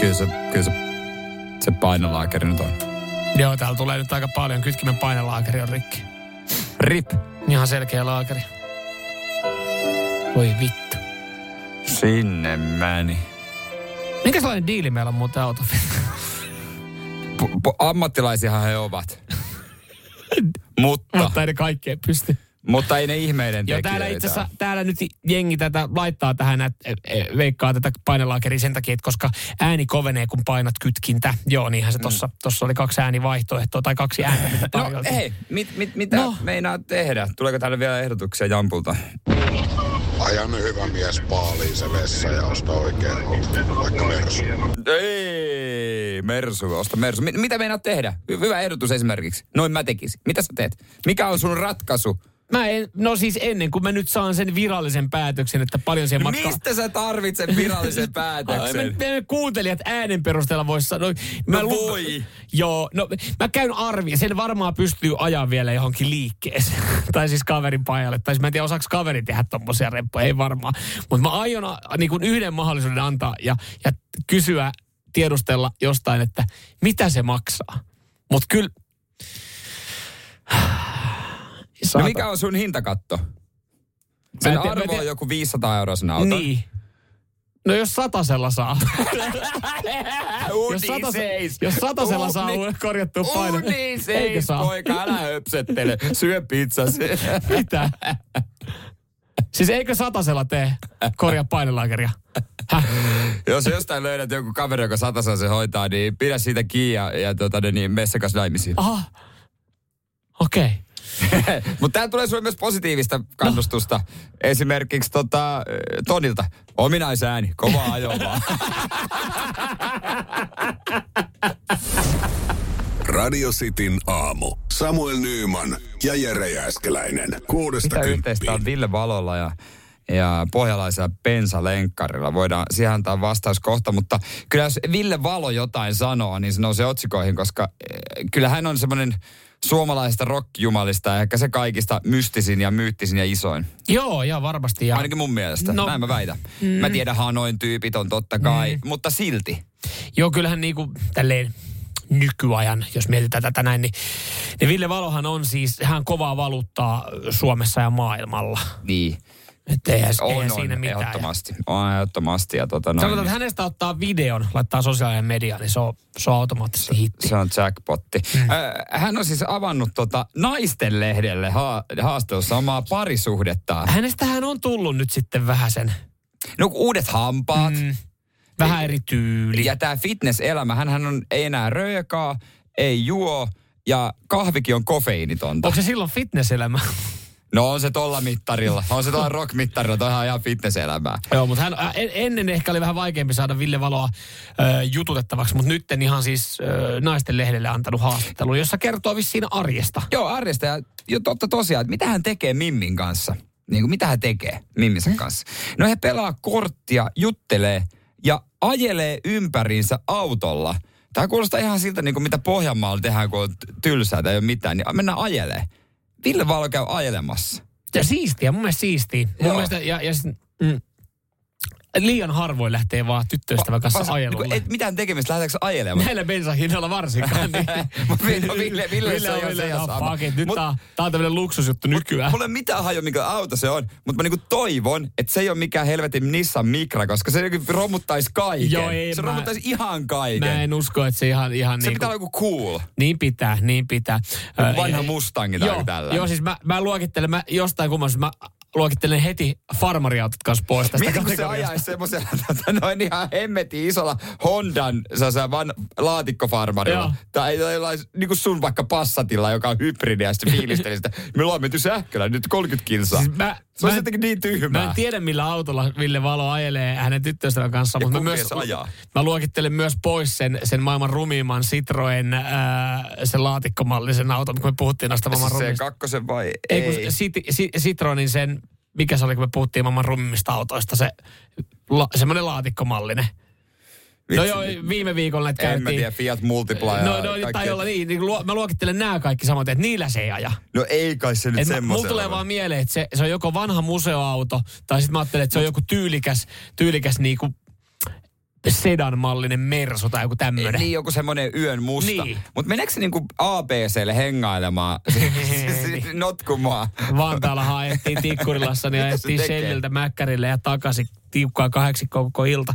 S2: Kyllä se, kyllä se, se painolaakeri nyt on.
S3: Joo, täällä tulee nyt aika paljon. Kytkimen painelaakeri on rikki.
S2: Rip.
S3: Ihan selkeä laakeri. Voi vittu.
S2: Sinne meni.
S3: Mikä sellainen diili meillä on muuten auto?
S2: po- po- ammattilaisiahan he ovat. mutta,
S3: Mutta ei ne kaikkeen pysty.
S2: mutta ei ne ihmeiden
S3: Ja täällä
S2: tekijöitä
S3: itse asiassa,
S2: ole.
S3: täällä nyt jengi tätä laittaa tähän, että e, e, veikkaa tätä painelaakeria sen takia, että koska ääni kovenee, kun painat kytkintä. Joo, niinhän se tossa, tossa oli kaksi äänivaihtoehtoa tai kaksi ääntä, mitä
S2: Mm. No
S3: tarjoltiin.
S2: hei, mit, mit, mitä no.
S3: No.
S2: meinaa tehdä? Tuleeko täällä vielä ehdotuksia Jampulta?
S6: Aja nyt hyvä mies paaliin se vessa ja osta oikein olta, vaikka mersu.
S2: Ei, Mersu, osta Mersu. Mi- mitä meinaat tehdä? Hy- hyvä ehdotus esimerkiksi. Noin mä tekisin. Mitä sä teet? Mikä on sun ratkaisu?
S3: Mä en, no siis ennen kuin mä nyt saan sen virallisen päätöksen, että paljon siihen matkaa...
S2: No Mistä sä tarvitset virallisen
S3: Äh,
S2: päätöksen?
S3: Ai, me, me kuuntelijat äänen perusteella voisi sanoa. Mä
S2: No
S3: lu-
S2: voi.
S3: Joo, no mä käyn arvi. Sen varmaan pystyy ajaa vielä johonkin liikkeeseen. tai siis kaverin pajalle. Tai siis mä en tiedä, osaako kaveri tehdä tommosia reppuja. Ei varmaan. Mutta mä aion a- niin kuin yhden mahdollisuuden antaa ja, ja kysyä, tiedustella jostain, että mitä se maksaa. Mutta kyllä...
S2: No mikä on sun hintakatto? Sen
S3: Mä en tiedä- mä en
S2: arvo on
S3: tiedä-
S2: joku 500 euroa sen auton.
S3: Niin. No jos satasella saa.
S2: Uni
S3: jos, satas,
S2: seis.
S3: jos satasella saa
S2: Uni-
S3: korjattua paine.
S2: Uni
S3: Eikö
S2: seis,
S3: saa?
S2: poika, älä höpsettele. Syö pizzas.
S3: Mitä? Siis eikö satasella tee korjaa painelaakeria? Häh?
S2: Jos jostain löydät joku kaveri, joka satasen se hoitaa, niin pidä siitä kiinni ja, ja tota, ne niin, mene sekas naimisiin.
S3: Aha. Okei. Okay.
S2: Mutta tää tulee sulle myös positiivista kannustusta. Esimerkiksi tota, äh, Tonilta. Ominaisääni, kova ajo vaan.
S1: Radio Cityn aamu. Samuel Nyyman ja Jere Jääskeläinen. Kuudesta
S2: Mitä
S1: kymppiin.
S2: yhteistä on Ville Valolla ja ja pohjalaisella pensalenkkarilla. Voidaan siihen antaa vastaus kohta, mutta kyllä jos Ville Valo jotain sanoo, niin se nousee otsikoihin, koska eh, kyllä hän on semmoinen suomalaisista rockjumalista ja ehkä se kaikista mystisin ja myyttisin ja isoin.
S3: Joo, joo, varmasti. Ja,
S2: Ainakin mun mielestä. No,
S3: No.
S2: Näin mä väitän. Mm. Mä tiedän Hanoin tyypit on totta kai, mm. mutta silti.
S3: Joo, kyllähän niinku tälleen nykyajan, jos mietitään tätä näin, niin, niin Ville Valohan on siis, hän on kovaa valuuttaa Suomessa ja maailmalla.
S2: Niin.
S3: Että eihän,
S2: On,
S3: eihän
S2: on,
S3: siinä mitään. Ja-
S2: ehdottomasti. On, ehdottomasti. Ja tota noin,
S3: Sanotaan, että hänestä ottaa videon, laittaa sosiaalinen media, niin se on, se on automaattisesti hitti.
S2: Se on jackpotti.
S3: Mm.
S2: Ö, Hän on siis avannut tota naisten lehdelle ha- haastelussa omaa parisuhdettaan.
S3: Hänestähän on tullut nyt sitten vähän sen,
S2: No kun uudet hampaat mm.
S3: vähän eri tyyli.
S2: ja tämä fitness-elämä. Hänhän on, ei enää röökaa, ei juo ja kahvikin on kofeiinitonta.
S3: Onko se silloin fitnesselämä?
S2: No on se tolla mittarilla. On se tolla rock-mittarilla. Toihan on ihan fitness-elämää.
S3: Joo, mutta hän, ä, en- ennen ehkä oli vähän vaikeampi saada Ville Valoa ö, jututettavaksi, mutta nyt ihan siis ö, naisten lehdelle antanut haastattelu, jossa kertoo vissiin arjesta.
S2: Joo, arjesta ja jo totta tosiaan, että mitä hän tekee Mimmin kanssa? Niin kuin, mitä hän tekee Mimminsä
S3: Mm.
S2: kanssa? No he pelaa korttia, juttelee ja ajelee ympäriinsä autolla. Tämä kuulostaa ihan siltä, niin kuin mitä Pohjanmaalla tehdään, kun on t- tylsää tai ei ole mitään, niin mennään ajelee. Ville Valo käy ajelemassa.
S3: Ja siistiä, mun mielestä siistiä.
S2: Joo.
S3: Mun mielestä, ja, ja, sit- mm, liian harvoin lähtee vaan tyttöystävän kanssa
S2: Vasta-
S3: ajelulle.
S2: niin kuin, et mitään tekemistä, lähdetäänkö ajelemaan?
S3: Näillä bensan hinnoilla varsinkaan. Niin.
S2: Mut Ville- Ville- Ville- se on
S3: on
S2: jo se
S3: Ville,
S2: ja
S3: no,
S2: sama.
S3: fuck it, nyt
S2: Mut-
S3: tää, tää on tämmönen luksusjuttu nykyään.
S2: Mulla ei ole mitään hajua, mikä auto se on, mutta mä niinku toivon, että se ei ole mikään helvetin Nissan Micra, koska se niinku romuttaisi kaiken.
S3: Joo, ei,
S2: se
S3: mä-
S2: romuttaisi ihan kaiken.
S3: Mä en usko, että se ihan, ihan
S2: Se
S3: niin
S2: pitää olla joku cool.
S3: Niin pitää, niin pitää. Ö,
S2: vanha
S3: ja-
S2: Mustangi tai joku tällainen.
S3: Joo, siis mä, mä luokittelen, mä jostain kummassa mä luokittelen heti farmariautot kanssa pois tästä
S2: Mietin, kun se
S3: kategoriasta.
S2: ajaisi semmoisella tota, noin ihan hemmetin isolla Hondan sä van
S3: Joo.
S2: laatikkofarmarilla. Tai jollain niin kuin sun vaikka Passatilla, joka on hybridi ja sitten fiilisteli sitä. Me ollaan menty sähköllä nyt 30 kilsaa.
S3: Siis mä-
S2: se on
S3: mä-
S2: jotenkin niin tyhmää.
S3: Mä en tiedä, millä autolla Ville Valo ajelee hänen tyttöystävän kanssa,
S2: Ja
S3: mutta mä,
S2: kumpi
S3: myös,
S2: edes ajaa?
S3: mä luokittelen myös pois sen, sen maailman rumimman Citroen, ää, sen laatikkomallisen auton, kun me puhuttiin näistä maailman
S2: Siis se
S3: rumimmista.
S2: kakkosen vai
S3: Ei,
S2: ei?
S3: kun Cit- Ci- Citroenin sen, mikä se oli, kun me puhuttiin maailman rummimmista autoista, se la, semmoinen laatikkomallinen. No
S2: Vitsi, niin
S3: joo,
S2: en
S3: viime viikolla näitä
S2: mä
S3: käytiin.
S2: tiedä, Fiat Multipla ja
S3: No, no tai
S2: kaikki-
S3: olla niin, niin luo, mä luokittelen nämä kaikki samat, että niillä se ei aja.
S2: No ei kai se nyt
S3: Et mä- mulla
S2: semmoisella.
S3: tulee vaan mieleen, että se, se on joko vanha museoauto, tai sitten mä ajattelen, että se on joku tyylikäs, tyylikäs niinku sedan-mallinen merso tai joku tämmöinen.
S2: Niin, joku semmoinen yön musta.
S3: Niin.
S2: Mutta meneekö se niinku ABClle hengailemaan? Siis Notkumaan.
S3: Vantaalla haettiin Tikkurilassa, niin
S2: Mitä se
S3: ajettiin
S2: tekee?
S3: Shelliltä Mäkkärille ja takaisin tiukkaa kahdeksikkoa koko ilta.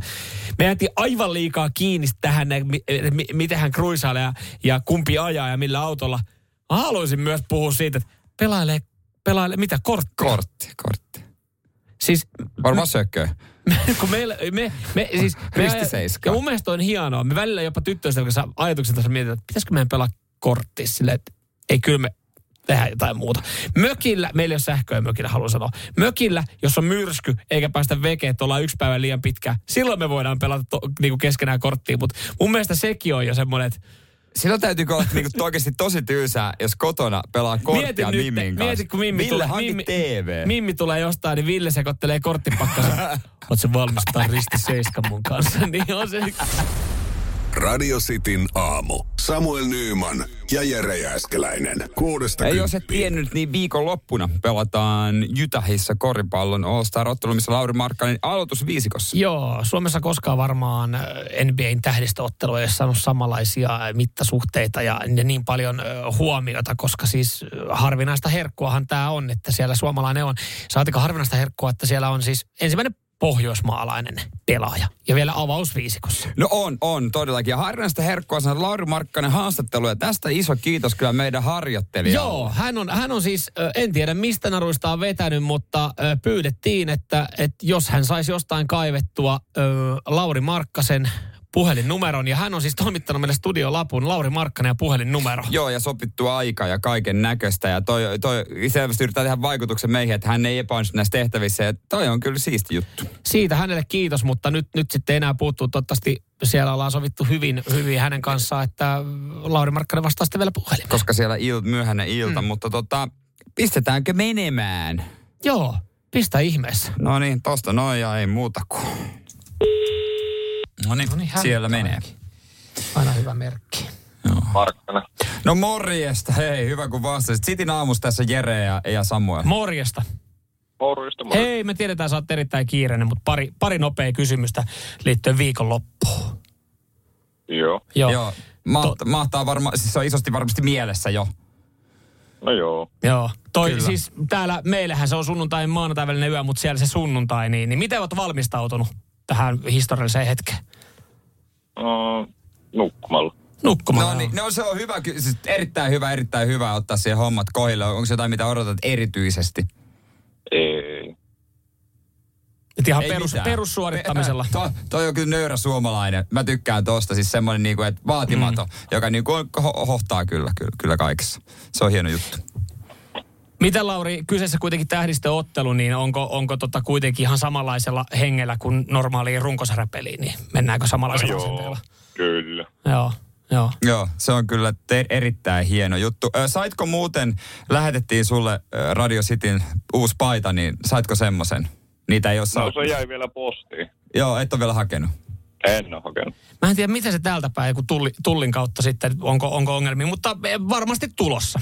S3: Me jäätiin aivan liikaa kiinni tähän, että mi- että mi- miten hän kruisailee ja, ja kumpi ajaa ja millä autolla. Mä haluaisin myös puhua siitä, että pelailee, pelailee mitä korttia.
S2: Kortti, kortti.
S3: Siis
S2: Varmaan sökkö.
S3: kun meillä, me, me, siis, me
S2: Ristiseiska.
S3: ja mun mielestä on hienoa. Me välillä jopa tyttöystävän kanssa ajatuksen tasolla mietitään, että pitäisikö meidän pelaa korttia silleen, että ei kyllä me tehdään jotain muuta. Mökillä, meillä ei ole sähköä mökillä, haluan sanoa. Mökillä, jos on myrsky, eikä päästä vekeen, että ollaan yksi päivä liian pitkä, silloin me voidaan pelata to, niinku keskenään korttia. Mutta mun mielestä sekin on jo semmoinen, että
S2: Silloin täytyy olla niinku oikeasti tosi tylsää, jos kotona pelaa
S3: mieti
S2: korttia
S3: nyt,
S2: Mimmin kanssa.
S3: mieti kun Mimmi
S2: Ville,
S3: tulee,
S2: hanki
S3: Mimmi,
S2: TV.
S3: Mimmi tulee jostain, niin Ville sekoittelee korttipakkansa. Oletko valmis ottaa risti seiskan mun kanssa? Niin on se
S1: Radio Cityn aamu. Samuel Nyyman ja Jere Jääskeläinen. Kuudesta
S2: Ei jos et
S1: kymppiin.
S2: tiennyt, niin viikonloppuna pelataan Jytähissä koripallon All-Star-ottelu, missä Lauri Markkanen aloitusviisikossa.
S3: Joo, Suomessa koskaan varmaan äh, NBAn tähdistöottelu ei ole saanut samanlaisia äh, mittasuhteita ja ja niin paljon äh, huomiota, koska siis äh, harvinaista herkkuahan tämä on, että siellä suomalainen on. Saatika harvinaista herkkua, että siellä on siis ensimmäinen pohjoismaalainen pelaaja ja vielä avausviisikossa.
S2: No on, on todellakin. Ja harvinaista herkkua sanoi Lauri Markkanen haastattelu. Ja tästä iso kiitos kyllä meidän harjoittelijalle.
S3: Joo, hän on, hän on siis, ö, en tiedä mistä naruista on vetänyt, mutta ö, pyydettiin, että, että jos hän saisi jostain kaivettua ö, Lauri Markkasen puhelinnumeron. Ja hän on siis toimittanut meille studiolapun Lauri Markkanen ja puhelinnumero.
S2: Joo, ja sopittu aika ja kaiken näköistä. Ja toi, toi selvästi yrittää tehdä vaikutuksen meihin, että hän ei epäonnistu näissä tehtävissä. Ja toi on kyllä siisti juttu.
S3: Siitä hänelle kiitos, mutta nyt, nyt sitten enää puuttuu. Toivottavasti siellä ollaan sovittu hyvin, hyvin hänen kanssaan, että Lauri Markkanen vastaa sitten vielä puhelimeen.
S2: Koska siellä il, myöhäinen ilta, mm. mutta tota, pistetäänkö menemään?
S3: Joo, pistä ihmeessä.
S2: No niin, tosta noin ja ei muuta kuin. No niin,
S3: hän
S2: siellä menee.
S3: Aina hyvä merkki.
S7: Markkana.
S2: No morjesta, hei, hyvä kun vastasit. Sitin aamussa tässä Jere ja, ja Samuel.
S3: Morjesta.
S7: Morjesta, morjesta.
S3: Hei, me tiedetään, sä oot erittäin kiireinen, mutta pari, pari nopea kysymystä liittyen viikonloppuun.
S7: Joo.
S3: Joo.
S2: Joo, maht, mahtaa varmaan, siis se on isosti varmasti mielessä jo.
S7: No joo.
S3: Joo. Toi,
S2: Kyllä.
S3: siis täällä meillähän se on sunnuntai ja maanantai välinen yö, mutta siellä se sunnuntai, niin, niin miten oot valmistautunut tähän historialliseen hetkeen?
S7: Uh, nukkumalla.
S3: Nukkumaan.
S2: No, niin, no se on hyvä, ky- siis erittäin hyvä, erittäin hyvä ottaa siihen hommat kohille. Onko se jotain, mitä odotat erityisesti?
S7: Ei.
S3: Et ihan
S2: Ei
S3: perus,
S2: mitään.
S3: perussuorittamisella.
S2: Pe- To, toi on kyllä nöyrä suomalainen. Mä tykkään tosta, siis semmoinen niinku, että vaatimaton, mm. joka niinku on, ho- hohtaa kyllä, kyllä, kyllä kaikessa. Se on hieno juttu.
S3: Miten Lauri, kyseessä kuitenkin tähdistöottelu, niin onko, onko tota kuitenkin ihan samanlaisella hengellä kuin normaaliin runkosarapeliin, niin mennäänkö samanlaisella
S7: joo.
S3: asenteella?
S7: Kyllä. No,
S3: Joo, joo.
S2: Joo, se on kyllä te- erittäin hieno juttu. Ö, saitko muuten, lähetettiin sulle ö, Radio Cityn uusi paita, niin saitko semmoisen? Niitä ei ole
S7: No
S2: saanut.
S7: se jäi vielä postiin.
S2: Joo, et ole vielä hakenut.
S7: En ole hakenut.
S3: Mä en tiedä, miten se täältä päin, kun tulli, tullin kautta sitten, onko, onko ongelmia, mutta eh, varmasti tulossa.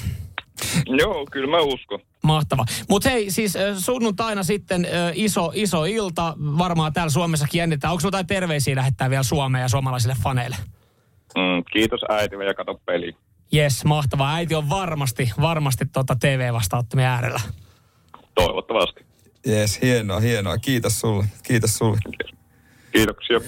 S7: Joo, kyllä mä uskon.
S3: Mahtava. Mutta hei, siis eh, sunnuntaina sitten eh, iso, iso ilta, varmaan täällä Suomessakin jännittää. Onko sulla jotain terveisiä lähettää vielä Suomeen ja suomalaisille faneille?
S7: Mm, kiitos äiti ja kato peli.
S3: Jes, mahtavaa. Äiti on varmasti, varmasti tota TV-vastaattomien äärellä.
S7: Toivottavasti.
S2: Jees, hienoa, hienoa. Kiitos sulle. Kiitos sulle.
S7: Kiitoksia.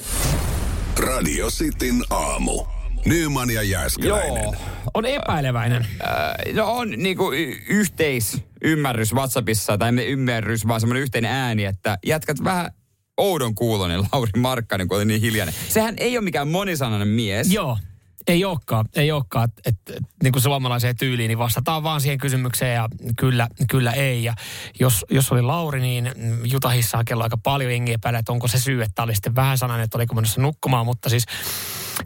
S1: Radio Cityn aamu. Nyyman ja Jääskeläinen.
S2: Joo.
S3: On epäileväinen.
S2: Äh, No on niinku y- yhteisymmärrys WhatsAppissa, tai ei ymmärrys, vaan semmoinen yhteinen ääni, että jätkät vähän oudon kuulonen Lauri Markkanen, kun oli niin hiljainen. Sehän ei ole mikään monisanainen mies.
S3: Joo, ei olekaan, ei olekaan, että et, et, niin kuin suomalaiseen tyyliin, niin vastataan vaan siihen kysymykseen ja kyllä, kyllä ei. Ja jos, jos oli Lauri, niin mm, Jutahissa on kello aika paljon jengiä päällä, että onko se syy, että oli sitten vähän sananen, että oliko menossa nukkumaan, mutta siis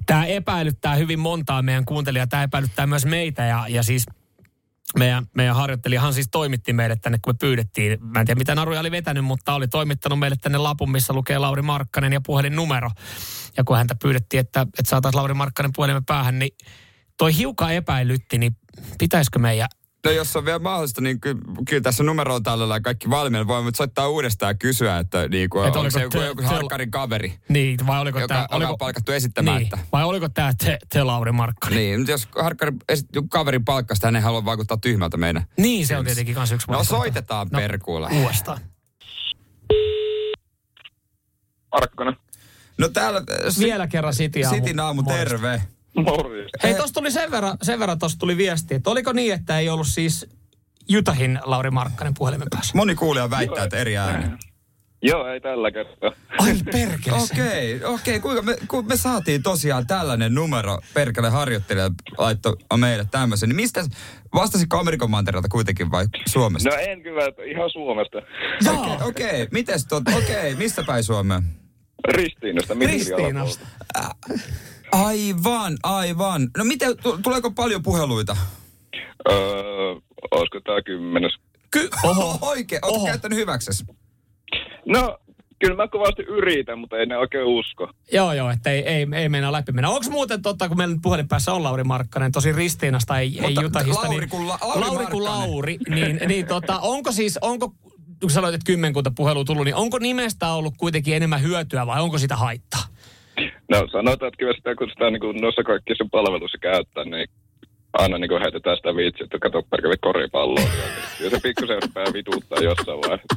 S3: tämä epäilyttää hyvin montaa meidän kuuntelijaa, tämä epäilyttää myös meitä ja, ja siis meidän, meidän harjoittelijahan siis toimitti meille tänne, kun me pyydettiin. Mä en tiedä, mitä Naruja oli vetänyt, mutta oli toimittanut meille tänne lapun, missä lukee Lauri Markkanen ja puhelinnumero. Ja kun häntä pyydettiin, että, että saataisiin Lauri Markkanen puhelimen päähän, niin toi hiukan epäilytti, niin pitäisikö meidän
S2: No jos on vielä mahdollista, niin ky- kyllä tässä numero on tallella ja kaikki valmiina. Voi mutta soittaa uudestaan ja kysyä, että niinku,
S3: Et
S2: Et onko
S3: oliko
S2: se joku,
S3: te-
S2: joku
S3: te-
S2: harkkarin kaveri,
S3: Niin, vai oliko
S2: joka
S3: tämä...
S2: on
S3: Oliko,
S2: palkattu esittämään.
S3: niin,
S2: Että,
S3: vai oliko tämä te, te Lauri Markkari?
S2: niin, mutta jos harkkari, esi- joku kaverin palkkasta, hän ei halua vaikuttaa tyhmältä meidän.
S3: Niin, se on tietenkin kans yksi
S2: No
S3: vaihtoehto.
S2: soitetaan no. perkuulla.
S3: Uudestaan.
S7: Markkonen.
S2: No täällä äh, si-
S3: Vielä kerran City aamu.
S2: Sitin aamu,
S3: morjesta.
S2: terve.
S7: Morjesta.
S3: Hei, tuossa tuli sen verran, sen verran tossa tuli viesti, että oliko niin, että ei ollut siis Jutahin Lauri Markkanen puhelimen päässä?
S2: Moni kuulija väittää, että eri ääni.
S7: Joo, ei tällä kertaa.
S3: Ai perkele se.
S2: Okei, okay, okei. Okay. Kuinka me, kun me saatiin tosiaan tällainen numero, perkele harjoittelija laittoi meille tämmöisen, niin mistä, vastasitko Amerikan mantereelta kuitenkin vai Suomesta?
S7: No en kyllä, että ihan Suomesta.
S2: No, Okei, okei. Mites tot, okei, mistä päin Suomea?
S7: Ristiinasta.
S3: Ristiinasta.
S2: Aivan, aivan. No miten, tu- tuleeko paljon puheluita?
S7: Öö, olisiko tää kymmenes?
S2: Ky- Oho. Oikein, ootko Oho. käyttänyt hyväksesi?
S7: No, kyllä mä kovasti yritän, mutta ei ne oikein usko.
S3: Joo, joo, että ei, ei, ei meinaa läpi mennä. Onko muuten totta, kun meillä nyt puhelin päässä on Lauri Markkanen, tosi ristiinasta, ei, ei
S2: Mutta
S3: Jutahista.
S2: Lauri
S3: niin,
S2: kun La- Lauri
S3: Lauri kuin
S2: Markkanen.
S3: Lauri, niin, niin tota, onko siis, onko, kun sanoit, että kymmenkunta puhelua tullut, niin onko nimestä ollut kuitenkin enemmän hyötyä vai onko sitä haittaa?
S7: No sanotaan, että kyllä sitä, kun sitä niin kuin noissa kaikissa palveluissa käyttää, niin aina niin kuin heitetään sitä viitsiä, että kato perkele koripalloa. Ja se pikkusen rupeaa vituuttaa jossain vaiheessa.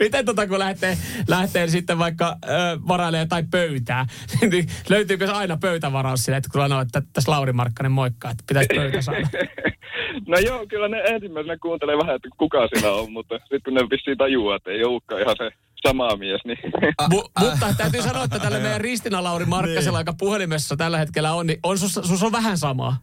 S3: Miten tota, kun lähtee, lähtee sitten vaikka ö, varailee jotain pöytää, niin löytyykö se aina pöytävaraus sille, että kun sanoo, että tässä Lauri Markkanen moikkaa, että pitäisi pöytä saada?
S7: No joo, kyllä ne ensimmäisenä kuuntelee vähän, että kuka siinä on, mutta sitten kun ne vissiin tajuaa, että ei olekaan ihan se sama mies, niin
S3: Mu- mutta täytyy sanoa, että tällä meidän Ristina Lauri Markkasella,
S2: Niin.
S3: joka puhelimessa tällä hetkellä on, niin on sus, sus on vähän samaa.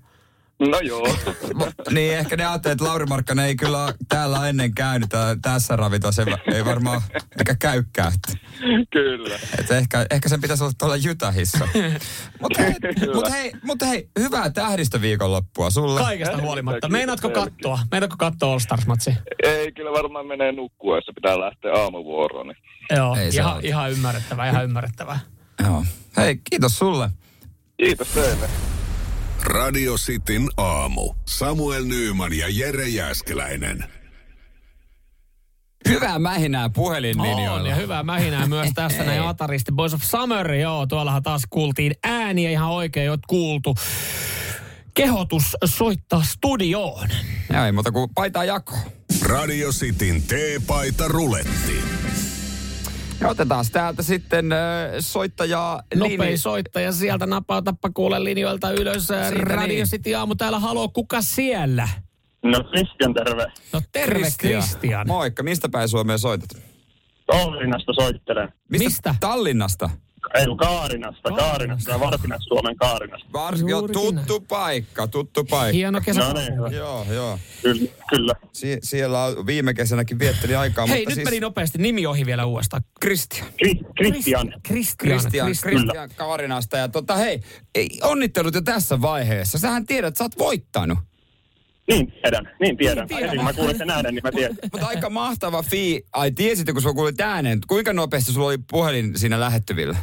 S7: no joo.
S2: Mo- niin, ehkä ne ajattelee, että Lauri Markkanen ei kyllä ole täällä ennen käynyt tää, tässä ravintolassa. Ei, ei varmaan eikä käykään. Että,
S7: kyllä.
S2: että ehkä, ehkä sen pitäisi olla tuolla Jutahissa. Mutta hei,
S7: Kyllä.
S2: mut hei, mut hei, hyvää tähdistöviikonloppua sulle.
S3: Kaikesta huolimatta. Meinaatko kattoa? Meinaatko kattoa All Stars-matsi?
S7: Ei, kyllä varmaan menee nukkua, jos pitää lähteä aamuvuoroon. Niin.
S3: Joo,
S2: Ei se
S3: ihan,
S2: auta.
S3: ihan ymmärrettävää, ihan ymmärrettävää.
S2: Joo. Hei, kiitos sulle.
S7: Kiitos teille.
S1: Radio Cityn aamu. Samuel Nyyman ja Jere Jääskeläinen.
S2: Hyvää mähinää puhelinlinjoilla.
S3: On, ja hyvää mähinää myös tässä näin Ataristi Boys of Summer. Joo, tuollahan taas kuultiin ääniä ihan oikein, oot kuultu. Kehotus soittaa studioon.
S5: Niin,
S2: Joo, ei muuta kuin paitaa jako.
S1: Radio Cityn teepaita ruletti.
S2: Ja otetaan täältä sitten äh, soittajaa
S3: Nopein
S5: niin.
S2: linjaan.
S3: soittaja sieltä napautappa kuule linjoilta ylös. Radio
S2: niin.
S3: City aamu täällä, haloo, kuka siellä?
S5: No Kristian terve.
S3: No terve Christian. Christian.
S2: Moikka, mistä päin Suomeen soitat?
S5: Tallinnasta soittelen.
S3: Mistä?
S2: Tallinnasta.
S5: Ei kun Kaarinasta, Kaarinasta ja Varsinais-Suomen Kaarinasta.
S2: Vars,
S3: Juuri
S2: jo, tuttu paikka, tuttu paikka.
S3: Hieno kesä.
S5: No niin, hyvä.
S2: Joo, joo.
S5: Kyllä, kyllä.
S2: Sie- siellä on- viime kesänäkin vietteli aikaa,
S3: Hei,
S2: mutta
S3: nyt
S2: siis...
S3: meni no- nopeasti. Nimi ohi vielä uudestaan.
S2: Kristian.
S5: Kri- Kristian.
S3: Christian.
S2: Kristian, Kristian Kaarinasta. Ja tota, hei, ei, onnittelut jo tässä vaiheessa. Sähän tiedät, että sä oot voittanut.
S5: Niin tiedän, niin
S3: Niin
S5: tiedän.
S3: tiedän.
S5: Heti kun mä kuulin sen äänen, niin mä tiedän.
S2: Mutta aika mahtava fi. Ai tiesitkö, kun sä kuulit äänen, kuinka nopeasti sulla oli puhelin siinä lähettyvillä?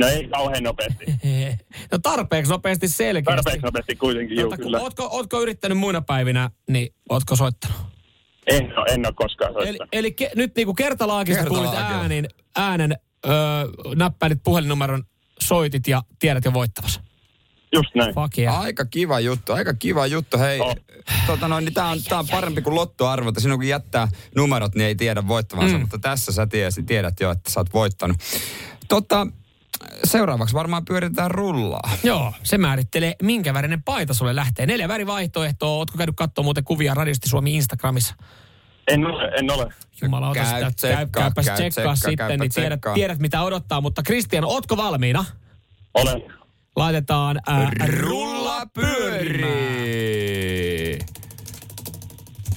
S5: No ei kauhean nopeasti.
S3: No tarpeeksi nopeasti selkeästi.
S5: Tarpeeksi nopeasti kuitenkin, juu
S3: Tota, kun
S5: kyllä.
S3: Ootko, ootko yrittänyt muina päivänä, niin ootko soittanut?
S5: En ole, en ole koskaan
S3: Eli,
S5: soittanut.
S3: eli ke, nyt niinku kertalaakista kuulit
S2: Kertalaakilla.
S3: äänin, äänen, öö, näppäilit puhelinnumeron, soitit ja tiedät jo voittavasi.
S5: Just näin.
S3: Fuck yeah.
S2: Aika kiva juttu, aika kiva juttu. Hei,
S5: Oh.
S2: tota noin, niin tää, on, tää on parempi kuin lottoarvota. Sinun kun jättää numerot, niin ei tiedä voittavansa. Mm. Mutta tässä sä tiesi, tiedät jo, että sä oot voittanut. Tota, seuraavaksi varmaan pyöritetään rullaa.
S3: Joo, se määrittelee, minkä värinen paita sulle lähtee. Neljä värivaihtoehtoa. Ootko käynyt katsoa muuten kuvia Radiosti Suomi Instagramissa?
S5: En ole, en ole.
S3: Jumala, ota
S2: Käy
S3: sitä.
S2: tsekkaa,
S3: Käy, käypäs
S2: käy
S3: käy
S2: tsekkaa,
S3: tsekkaa
S2: käypä
S3: sitten, niin tiedät,
S2: tsekkaa.
S3: tiedät, mitä odottaa. Mutta Kristian, ootko valmiina?
S5: Olen.
S3: Laitetaan ää,
S2: Rulla pyörii.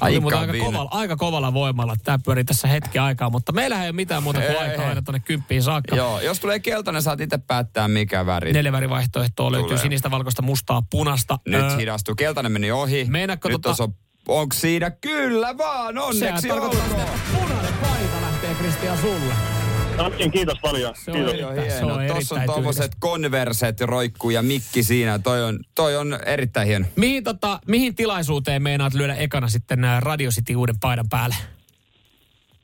S3: Aika, mutta aika,
S2: viina.
S3: kovalla, aika kovalla voimalla. Tämä pyörii tässä hetki aikaa, mutta meillähän ei ole mitään muuta kuin
S2: Ei,
S3: aikaa
S2: ei.
S3: aina tuonne kymppiin saakka.
S2: Joo, jos tulee keltainen, saat itse päättää mikä väri.
S3: Neljä värivaihtoehtoa löytyy
S2: Tulee.
S3: sinistä, valkoista, mustaa, punasta.
S2: Nyt
S3: Öö,
S2: hidastuu. Keltainen meni ohi.
S3: Meinaatko
S2: Nyt
S3: tota-
S2: tota... on, onko siinä? Kyllä vaan,
S3: Sehän
S2: onneksi
S3: tarkoittaa sitä,
S2: olkoon.
S3: että punainen paita lähtee Kristian sulle.
S5: No niin, kiitos paljon.
S3: Se on
S5: Kiitos.
S3: eri-
S2: Joo,
S3: Se on
S2: hieno. Tuossa on
S3: erittäin
S2: tuommoiset konverset roikkuu ja mikki siinä. Toi on, toi on erittäin hieno.
S3: Mihin, tota, mihin tilaisuuteen meinaat lyödä ekana sitten ää, Radio City uuden paidan päälle? Äh,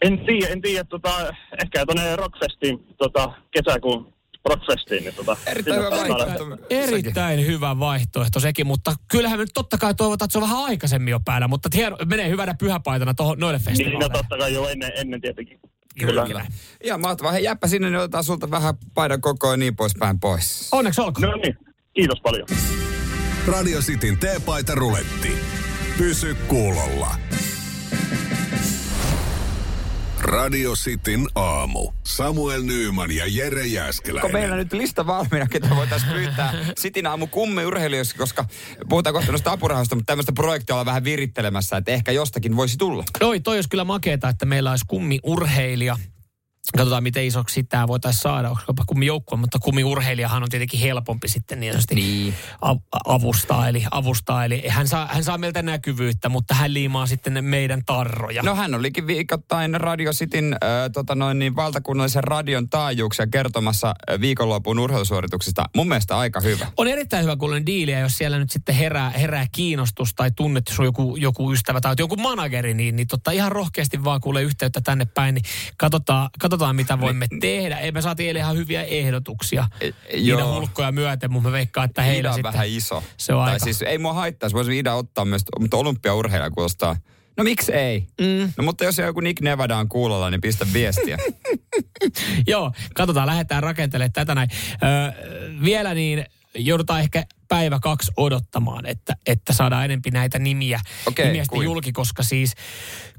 S5: En tiedä, en tiedä, tota, ehkä tuonne Rockfestiin, tota, kesäkuun Rockfestiin, niin tota,
S2: Erittäin
S5: sinne
S2: hyvä
S5: saadaan-
S2: vaihtoehto.
S3: Erittäin hyvä vaihtoehto sekin, mutta kyllähän me nyt totta kai toivotaan, että se on vähän aikaisemmin jo päällä, mutta hieno, menee hyvänä pyhäpaitana tohon, noille
S5: Niin, no
S3: festivaaleille.
S5: totta kai jo ennen, ennen tietenkin.
S2: Kyllä. Ihan mahtavaa. Hei, jäppä sinne, niin otetaan sulta vähän paidan kokoa ja niin poispäin pois.
S3: Onneksi olkoon.
S5: No niin, kiitos paljon.
S1: Radio Cityn teepaita ruletti. Pysy kuulolla. Radio Cityn aamu. Samuel Nyyman ja Jere
S2: Onko meillä
S1: Jäskeläinen.
S2: nyt lista valmiina, ketä voitaisiin pyytää Sitin aamu kumme urheilijoiksi, koska puhutaan kohta noista apurahoista, mutta tämmöistä projektia ollaan vähän virittelemässä, että ehkä jostakin voisi tulla.
S3: Noi, toi olisi kyllä makeeta, että meillä olisi kummi urheilija. Katsotaan, miten isoksi tämä voitaisiin saada. Onko jopa kummi joukkue, mutta kummi urheilijahan on tietenkin helpompi sitten niin sanotusti
S2: Niin.
S3: av- avustaa. Eli, avustaa, eli hän, saa, hän saa meiltä näkyvyyttä, mutta hän liimaa sitten ne meidän tarroja.
S2: No hän olikin viikoittain Radio Cityn äh, tota noin, niin valtakunnallisen radion taajuuksia kertomassa äh, viikonlopun urheilusuorituksista. Mun mielestä aika hyvä.
S3: On erittäin hyvä kuulen diiliä, jos siellä nyt sitten herää, herää kiinnostus tai tunnet, sun joku, joku ystävä tai oot joku manageri, niin, niin totta ihan rohkeasti vaan kuule yhteyttä tänne päin, niin katsotaan, katsotaan mitä voimme tehdä. Ei me saatiin eilen ihan hyviä ehdotuksia.
S2: Niin. E-
S3: Niitä
S2: joo.
S3: hulkkoja myöten, mutta mä veikkaan, että heillä
S2: Ida on
S3: sitten...
S2: vähän iso.
S3: Se on
S2: tai
S3: aika.
S2: siis ei mua haittaisi, voisi Ida ottaa myös, mutta olympiaurheilija kuulostaa. No miksi ei? Mm. No mutta jos joku Nick Nevada on kuulolla, niin pistä viestiä.
S3: Joo, katsotaan, lähdetään rakentelemaan tätä näin. Öö, vielä niin joudutaan ehkä päivä kaksi odottamaan, että, että saadaan enempi näitä nimiä,
S2: Okei,
S3: nimiä sitten
S2: kuin.
S3: julki, koska siis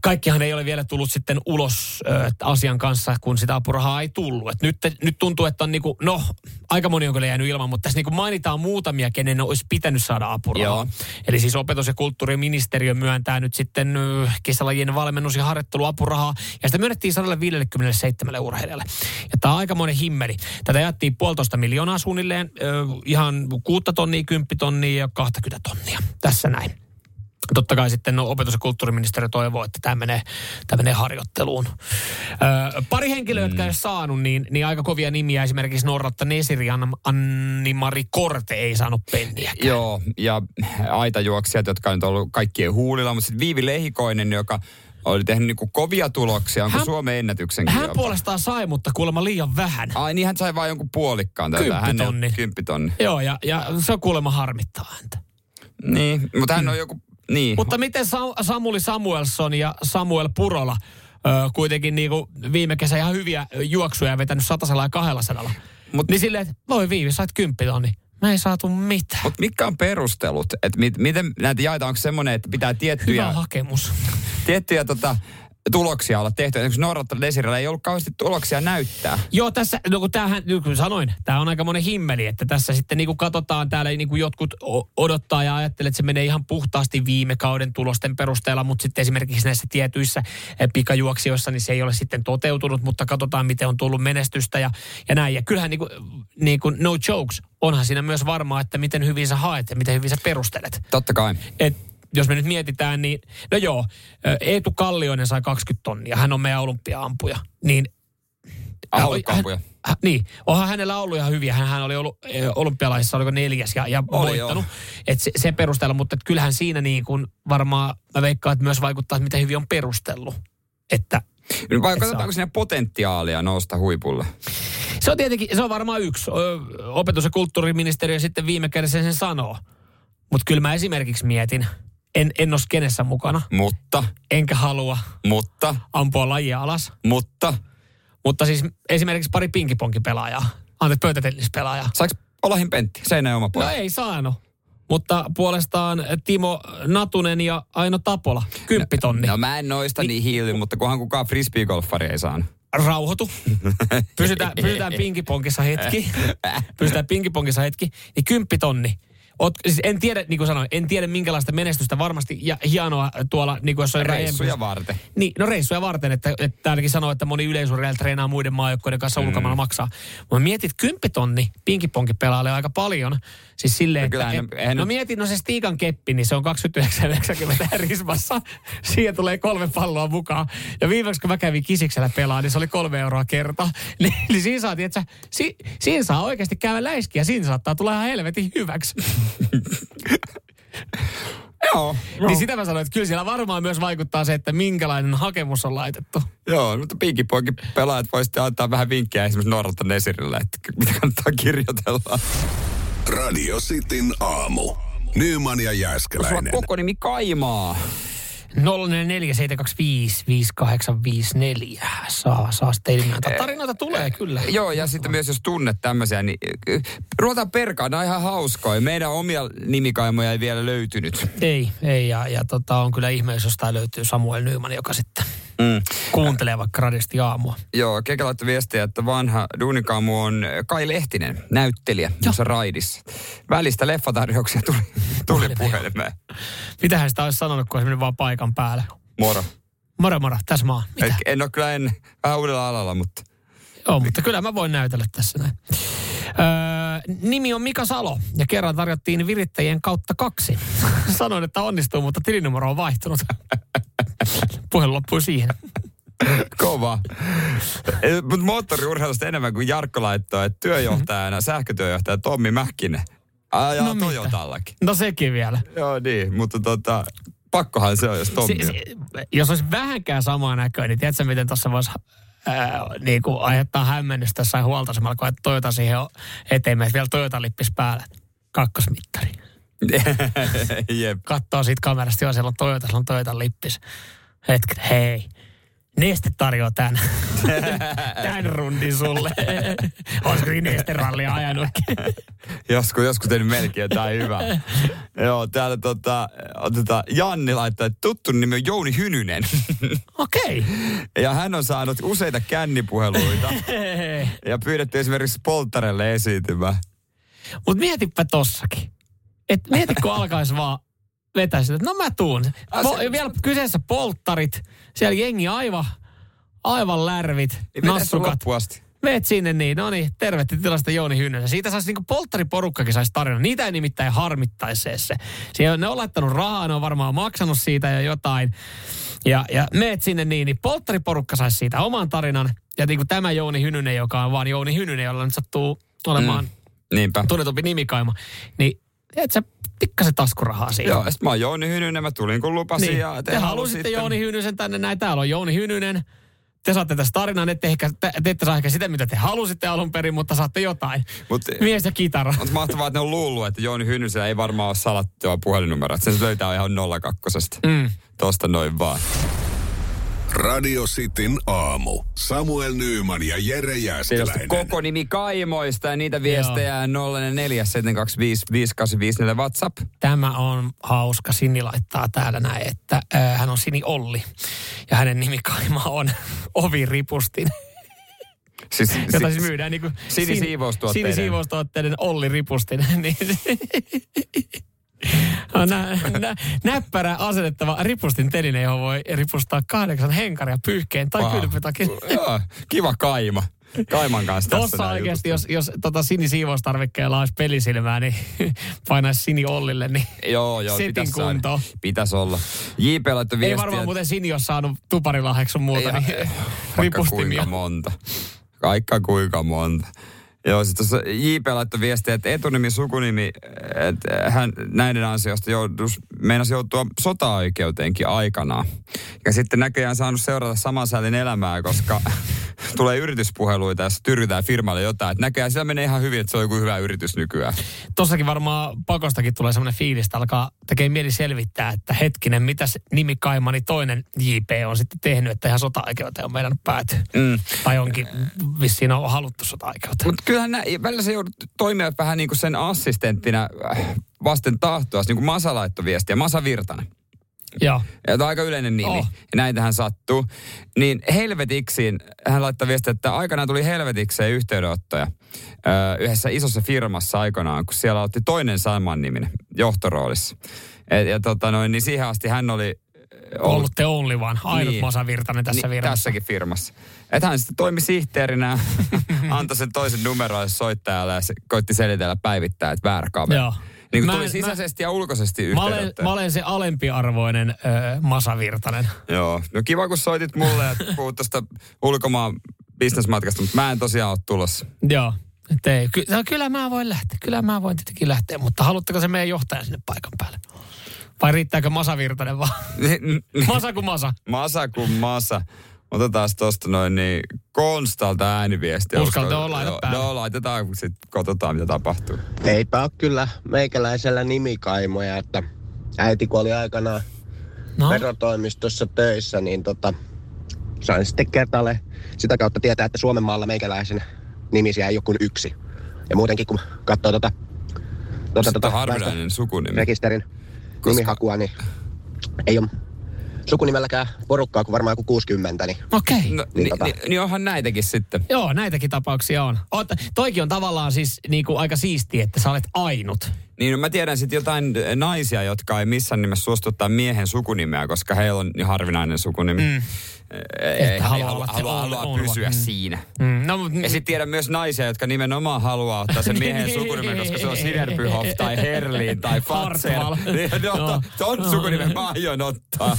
S3: kaikkihan ei ole vielä tullut sitten ulos ö, asian kanssa, kun sitä apurahaa ei tullut. Et nyt, nyt tuntuu, että on niinku, no aika moni on kyllä jäänyt ilman, mutta tässä niinku mainitaan muutamia, kenen olisi pitänyt saada apurahaa.
S2: Joo.
S3: Joo. Eli siis opetus- ja kulttuuriministeriö myöntää nyt sitten ö, kesälajien valmennus- ja harjoitteluapurahaa, ja sitä myönnettiin 157 urheilijalle. Ja tämä on aikamoinen himmeli. Tätä jaettiin puolitoista miljoonaa suunnilleen, ö, ihan kuutta tonnia, kymppitonnia ja 20 tonnia. Tässä näin. Totta kai sitten no, opetus- ja kulttuuriministeriö toivoo, että tämä menee, tämä menee harjoitteluun. Öö, pari henkilöä, mm. jotka ei ole saanut, niin, niin aika kovia nimiä. Esimerkiksi Norratta Nesiri, Anna- Anni-Mari Korte ei saanut penniä.
S2: Joo, ja aitajuoksijat, jotka on nyt ollut kaikkien huulilla, mutta sitten Viivi Lehikoinen, joka oli tehnyt niinku kovia tuloksia, onko
S3: Hän-
S2: Suomen ennätyksen
S3: Hän puolestaan sai, mutta kuulemma liian vähän.
S2: Ai niin, hän sai vain jonkun puolikkaan tätä. Hän ei-
S3: Kymppitonni.
S2: Kymppitonni.
S3: Joo, ja, ja se on kuulemma harmittaa häntä.
S2: Niin, mutta hän on joku, niin.
S3: Mutta miten Sa- Samuli Samuelson ja Samuel Purola ö, kuitenkin niinku viime kesä ihan hyviä juoksuja ja vetänyt satasella ja kahdella sadalla.
S2: Mut-
S3: Mut, niin silleen, että voi viivi, sait kymppitonni. Mä ei saatu mitään.
S2: Mutta mitkä on perustelut? Että mit, miten näitä jaetaan? Onko semmoinen, että pitää
S3: Hyvä
S2: tiettyjä,
S3: hakemus.
S2: tiettyjä tota, tuloksia olla tehty? Esimerkiksi Norratta Desirellä ei ollut kauheasti tuloksia näyttää.
S3: Joo, tässä, no kun tämähän, niin kuin sanoin, tämä on aika monen himmeli, että tässä sitten niin kuin katsotaan, täällä niin kuin jotkut o- odottaa ja ajattelee, että se menee ihan puhtaasti viime kauden tulosten perusteella, mutta sitten esimerkiksi näissä tietyissä eh, pikajuoksijoissa, niin se ei ole sitten toteutunut, mutta katsotaan, miten on tullut menestystä ja, ja näin. Ja kyllähän niin kuin, niin kuin no jokes, onhan siinä myös varmaa, että miten hyvin sä haet ja miten hyvin sä perustelet.
S2: Totta kai.
S3: Et jos me nyt mietitään, niin no joo, ö, Eetu Kallioinen sai 20 tonnia, hän on meidän olympiaampuja, niin
S2: Alkampuja.
S3: hän- hän- niin, onhan hänellä ollut ihan hyviä. Hän oli ollut eh, olympialaisissa, oliko neljäs ja, ja
S2: Oli,
S3: voittanut. Et se, sen perusteella, mutta et kyllähän siinä niin kuin varmaan, mä veikkaan, että myös vaikuttaa, että mitä hyvin on perustellut. Että
S2: Vai
S3: Et
S2: katsotaanko
S3: saa.
S2: sinne potentiaalia nousta huipulle?
S3: se on tietenkin, se on varmaan yksi. Ö, Opetus- ja kulttuuriministeriö sitten viime kädessä sen sanoo. Mutta kyllä mä esimerkiksi mietin, en, en ole kenessä mukana,
S2: Mutta,
S3: enkä halua
S2: mutta,
S3: ampua lajia alas.
S2: mutta.
S3: Mutta siis esimerkiksi pari pinkiponkipelaajaa, anteeksi pöytätennispelaajaa,
S2: Saiko Olahin Pentti? Seinä oma
S3: No
S2: poika.
S3: ei saanut. Mutta puolestaan Timo Natunen ja Aino Tapola, kymppitonni.
S2: No mä en noista niin hiili, mutta kunhan kukaan frisbeegolfari ei saanut.
S3: Rauhoitu. Pysytään, pysytään pinkiponkissa hetki. Pysytään pinkiponkissa hetki. Niin kymppitonni. Oot, siis en tiedä, niin kuin sanoin, en tiedä minkälaista menestystä varmasti ja hienoa tuolla, niin kuin jos on
S2: Reissuja varten.
S3: Niin, no reissuja varten, että, että täälläkin sanoo, että moni yleisurheilija treenaa muiden maajoukkoiden kanssa mm. ulkomailla maksaa. Mä mietit, kymppitonni pinkiponki pelaalle aika paljon. Siis silleen,
S2: No kyllä
S3: että,
S2: hän-
S3: et,
S2: hän-
S3: no mietin, no se Stiikan keppi, niin se on 29,90 rismassa. Siihen tulee kolme palloa mukaan. Ja viimeksi kun mä kävin kisiksellä pelaa, niin se oli kolme euroa kerta. Niin, niin siinä saa, tietsä, si, siinä saa oikeasti käydä läiskiä, siinä saattaa tulla ihan helvetin hyväksi.
S2: Joo.
S3: Niin sitä mä sanoin, että kyllä siellä varmaan myös vaikuttaa se, että minkälainen hakemus on laitettu.
S2: Joo, mutta pinkipoikin pelaajat voi sitten antaa vähän vinkkejä esimerkiksi Norralta Nesirillä, että mitä kannattaa kirjoitella.
S1: Radio Cityn aamu. Nyman ja
S2: Sulla
S1: Jääskeläinen.
S2: koko nimi Kaimaa.
S3: 047255854 saa, saa sitten ilmiötä. Tarinoita tulee kyllä.
S2: Joo, ja sitten myös jos tunnet tämmöisiä, niin eh, ruvetaan perkaan, nämä on ihan hauskoja. Meidän omia nimikaimoja ei vielä löytynyt.
S3: Ei, ei ja, ja tota, on kyllä ihme, jos jostain löytyy Samuel Nyman, joka sitten
S2: Mm.
S3: kuuntelee vaikka radisti aamua.
S2: Joo, Keke laittoi viestiä, että vanha duunikaamu on Kai Lehtinen, näyttelijä, tuossa raidissa. Välistä leffatarjouksia tuli, tuli puhelimeen.
S3: Mitähän sitä olisi sanonut, kun olisi mennyt vaan paikan päälle?
S2: Moro.
S3: Moro moro, tässä mä oon. Mitä?
S2: Et, en ole kyllä en, vähän uudella alalla, mutta
S3: Joo, mutta kyllä mä voin näytellä tässä näin. Öö, nimi on Mika Salo ja kerran tarjottiin virittäjien kautta kaksi. Sanoin, että onnistuu, mutta tilinumero on vaihtunut. Puhelu loppui siihen.
S2: kova. Mutta moottoriurheilusta enemmän kuin Jarkko laittoi, että työjohtajana, sähkötyöjohtaja Tommi Mäkkinen ajaa
S3: Mhm. No
S2: no
S3: mitä?
S2: Toyotallakin.
S3: No sekin vielä.
S2: Joo niin, mutta tota, pakkohan se on, jos Tommi
S3: Se,
S2: on.
S3: se, jos olisi vähänkään samaa näköä, niin tiedätkö miten tuossa voisi ää, niin kuin aiheuttaa hämmennystä jossain huoltoasemalla, kun Toyota siihen on eteen menee, vielä Toyota-lippis päällä. Kakkosmittari.
S2: Jep.
S3: Katsoo siitä kamerasta, joo, siellä on Toyota, siellä on Toyota-lippis. Hetken, hei. Neste tarjoaa tämän, tämän rundin sulle. Olisiko Neste-rallia ajanutkin?
S2: Joskus, joskus tein melkein, tämä hyvä. Joo, täällä tota, otetaan Janni laittaa, että tuttu nimi on Jouni Hynynen.
S3: Okei.
S2: ja hän on saanut useita kännipuheluita ja pyydetty esimerkiksi Polttarelle esiintymään.
S3: Mutta mietipä tossakin. Et mieti, kun alkaisi vaan vetää sitä, että no mä tuun. Vo,
S2: Ah, se-
S3: vielä kyseessä polttarit, siellä jengi aivan, aivan lärvit,
S2: Niin mennään sun
S3: nassukat.
S2: loppuun asti.
S3: Meet sinne niin, no niin, tervetti tilasta Jouni Hynnönen. Siitä saisi niinku polttariporukkakin saisi tarina. Niitä ei nimittäin harmittaisi se- se. Siellä ne on laittanut rahaa, ne on varmaan maksanut siitä ja jotain. Ja, ja meet sinne niin, niin polttariporukka saisi siitä oman tarinan. Ja niinku tämä Jouni Hynynen, joka on vaan Jouni Hynynen, jolla nyt sattuu olemaan mm
S2: Niinpä.
S3: tunnetumpi nimikaima, niin et sä pikkasen taskurahaa siihen.
S2: Joo, sit mä oon Jouni Hynynen, mä tulin kun lupasin.
S3: niin.
S2: Ja
S3: te, halusitte Jouni Hynysen tänne näin, täällä on Jouni Hynynen. Te saatte tästä tarinan, ette, ehkä, te, te ette saa ehkä sitä, mitä te halusitte alun perin, mutta saatte jotain.
S2: Mut,
S3: Mies ja kitara.
S2: on mahtavaa, että ne on luullut, että Jouni Hynysellä ei varmaan ole salattua puhelinnumeroa. että Sen löytää ihan 02. Mm. Tosta noin vaan.
S1: Radio Cityn aamu. Samuel Nyyman ja Jere
S2: Siinä
S1: Jääskeläinen.
S2: on koko nimi Kaimoista ja niitä viestejä 047255854 WhatsApp.
S3: Tämä on hauska. Sini laittaa täällä näin, että äh, hän on Sini Olli. Ja hänen nimikaima on Oviripustin.
S2: Siis,
S3: jota siis myydään niin kuin
S2: Sini siivoustuotteiden.
S3: Sini siivoustuotteiden Olli Ripustin. niin. No, nä, nä, näppärä asennettava ripustin teline, johon voi ripustaa kahdeksan henkaria pyyhkeen tai
S2: Vau.
S3: kylpytakin.
S2: Joo, kiva Kaima. Kaiman kanssa tässä
S3: Tossa
S2: nää
S3: oikeasti,
S2: jutut.
S3: jos, jos tota sinisiivoustarvikkeella olisi pelisilmää, niin painaisi Sini Ollille, niin
S2: Joo, joo,
S3: setin
S2: pitäis saada.
S3: kuntoon.
S2: Pitäis olla. JP laittoi viestiä.
S3: Ei varmaan
S2: että-
S3: muuten Sini ole saanut tuparilaheksun muuta,
S2: Ja-
S3: niin
S2: Vaikka
S3: ripustimia.
S2: kuinka monta. Vaikka kuinka monta. Joo, sitten tuossa JP laittoi viestiä, että etunimi, sukunimi, että hän näiden ansiosta joudus, meinasi joutua sota-oikeuteenkin aikanaan. Ja sitten näköjään saanut seurata saman säälin elämää, koska tulee yrityspuheluita, jos tyrkytään firmalle jotain. Että näköjään sillä menee ihan hyvin, että se on joku hyvä yritys nykyään.
S3: tossakin varmaan pakostakin tulee semmoinen fiilis, että alkaa tekee mieli selvittää, että hetkinen, mitäs nimi Kaimani toinen JP on sitten tehnyt, että ihan sota-aikeuteen on meidän pääty. Mm. Tai onkin vissiin on haluttu sota-aikeuteen.
S2: Mutta kyllähän nä, välillä se joudut toimia vähän niin kuin eh, Siis sen assistenttina äh, vasten tahtoa, niin kuin Masa laittoi viestiä, Masa Virtanen.
S3: Joo.
S2: Ja tämä on aika yleinen nimi.
S3: Oh.
S2: Oh. Näitähän sattuu. Niin helvetiksiin, hän laittaa viestiä, että aikanaan tuli helvetikseen yhteydenottoja ö, yhdessä isossa firmassa aikanaan, kun siellä otti toinen saman nimin johtoroolissa. Et, ja tota noin, niin siihen asti hän oli ö,
S3: Ollut te only vaan. Ainut niin.
S2: Niin.
S3: Masa Virtanen tässä
S2: niin,
S3: virrassa.
S2: Tässäkin firmassa. Että hän sitten toimi sihteerinä, antoi sen toisen numeron soittajalle ja se koitti selitellä päivittää, että väärä kaveri.
S3: Joo.
S2: Niin
S3: Mä
S2: kuin
S3: en-
S2: tuli
S3: mä-
S2: sisäisesti ja ulkoisesti
S3: Mä olen,
S2: yhteydenottoja.
S3: mä olen se alempiarvoinen öö, Masa Virtanen.
S2: Joo. No kiva, kun soitit mulle ja puhut tästä ulkomaan bisnesmatkasta, mutta mä en tosiaan ole tulossa.
S3: Joo. Et ei, ky- no, kyllä mä voin lähteä. Kyllä mä voin tietenkin lähteä, mutta haluatteko se meidän johtajan sinne paikan päälle? Vai riittääkö Masa Virtanen vaan? Masa kuin Masa.
S2: masa kuin masa. Otetaan tosta noin niin Konstalta ääniviestiä.
S3: Uskaltaa
S2: Uskon-
S3: olla, laita
S2: Joo,
S3: päälle.
S2: No laitetaan, sitten katsotaan mitä tapahtuu.
S8: Eipä ole kyllä meikäläisellä nimikaimoja, että äiti kun oli aikanaan
S3: No,
S8: verotoimistossa töissä, niin tota, sain sitten kertaalle sitä kautta tietää, että Suomen maalla meikäläisen nimisiä ei ole kuin yksi. Ja muutenkin kun katsoo tota, tota,
S2: Sitten
S8: tota
S2: on harvinainen sukunimi.
S8: rekisterin
S2: Koska-
S8: nimihakua, niin ei ole sukunimelläkään porukkaa kuin varmaan joku 60, niin
S3: okei. Okay.
S2: No,
S8: Niin
S2: niin,
S8: tota.
S2: niin, niin onhan näitäkin sitten.
S3: Joo, näitäkin tapauksia on. Oot, toikin on tavallaan siis niinku aika siistiä, että sä olet ainut.
S2: Niin no mä tiedän sitten jotain eh, naisia, jotka ei missään nimessä suostu ottaa miehen sukunimeä, koska heillä on niin harvinainen sukunimi. Mm. Ei,
S3: haluaa
S2: haluaa, haluaa,
S3: olla se
S2: haluaa,
S3: olla-
S2: haluaa
S3: olla.
S2: pysyä
S3: Mm.
S2: siinä.
S3: Mm, no, mut-
S2: Ja sitten tiedän myös naisia, jotka nimenomaan haluaa ottaa sen miehen sukunimen, koska se on Siderbyhoff tai Herlin tai Fatser.
S3: Hartwall.
S2: Niin,
S3: Joo.
S2: no, ton sukunimen mä aion ottaa.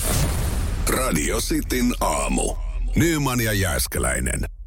S1: Radio Cityn aamu. Nyman ja Jääskeläinen.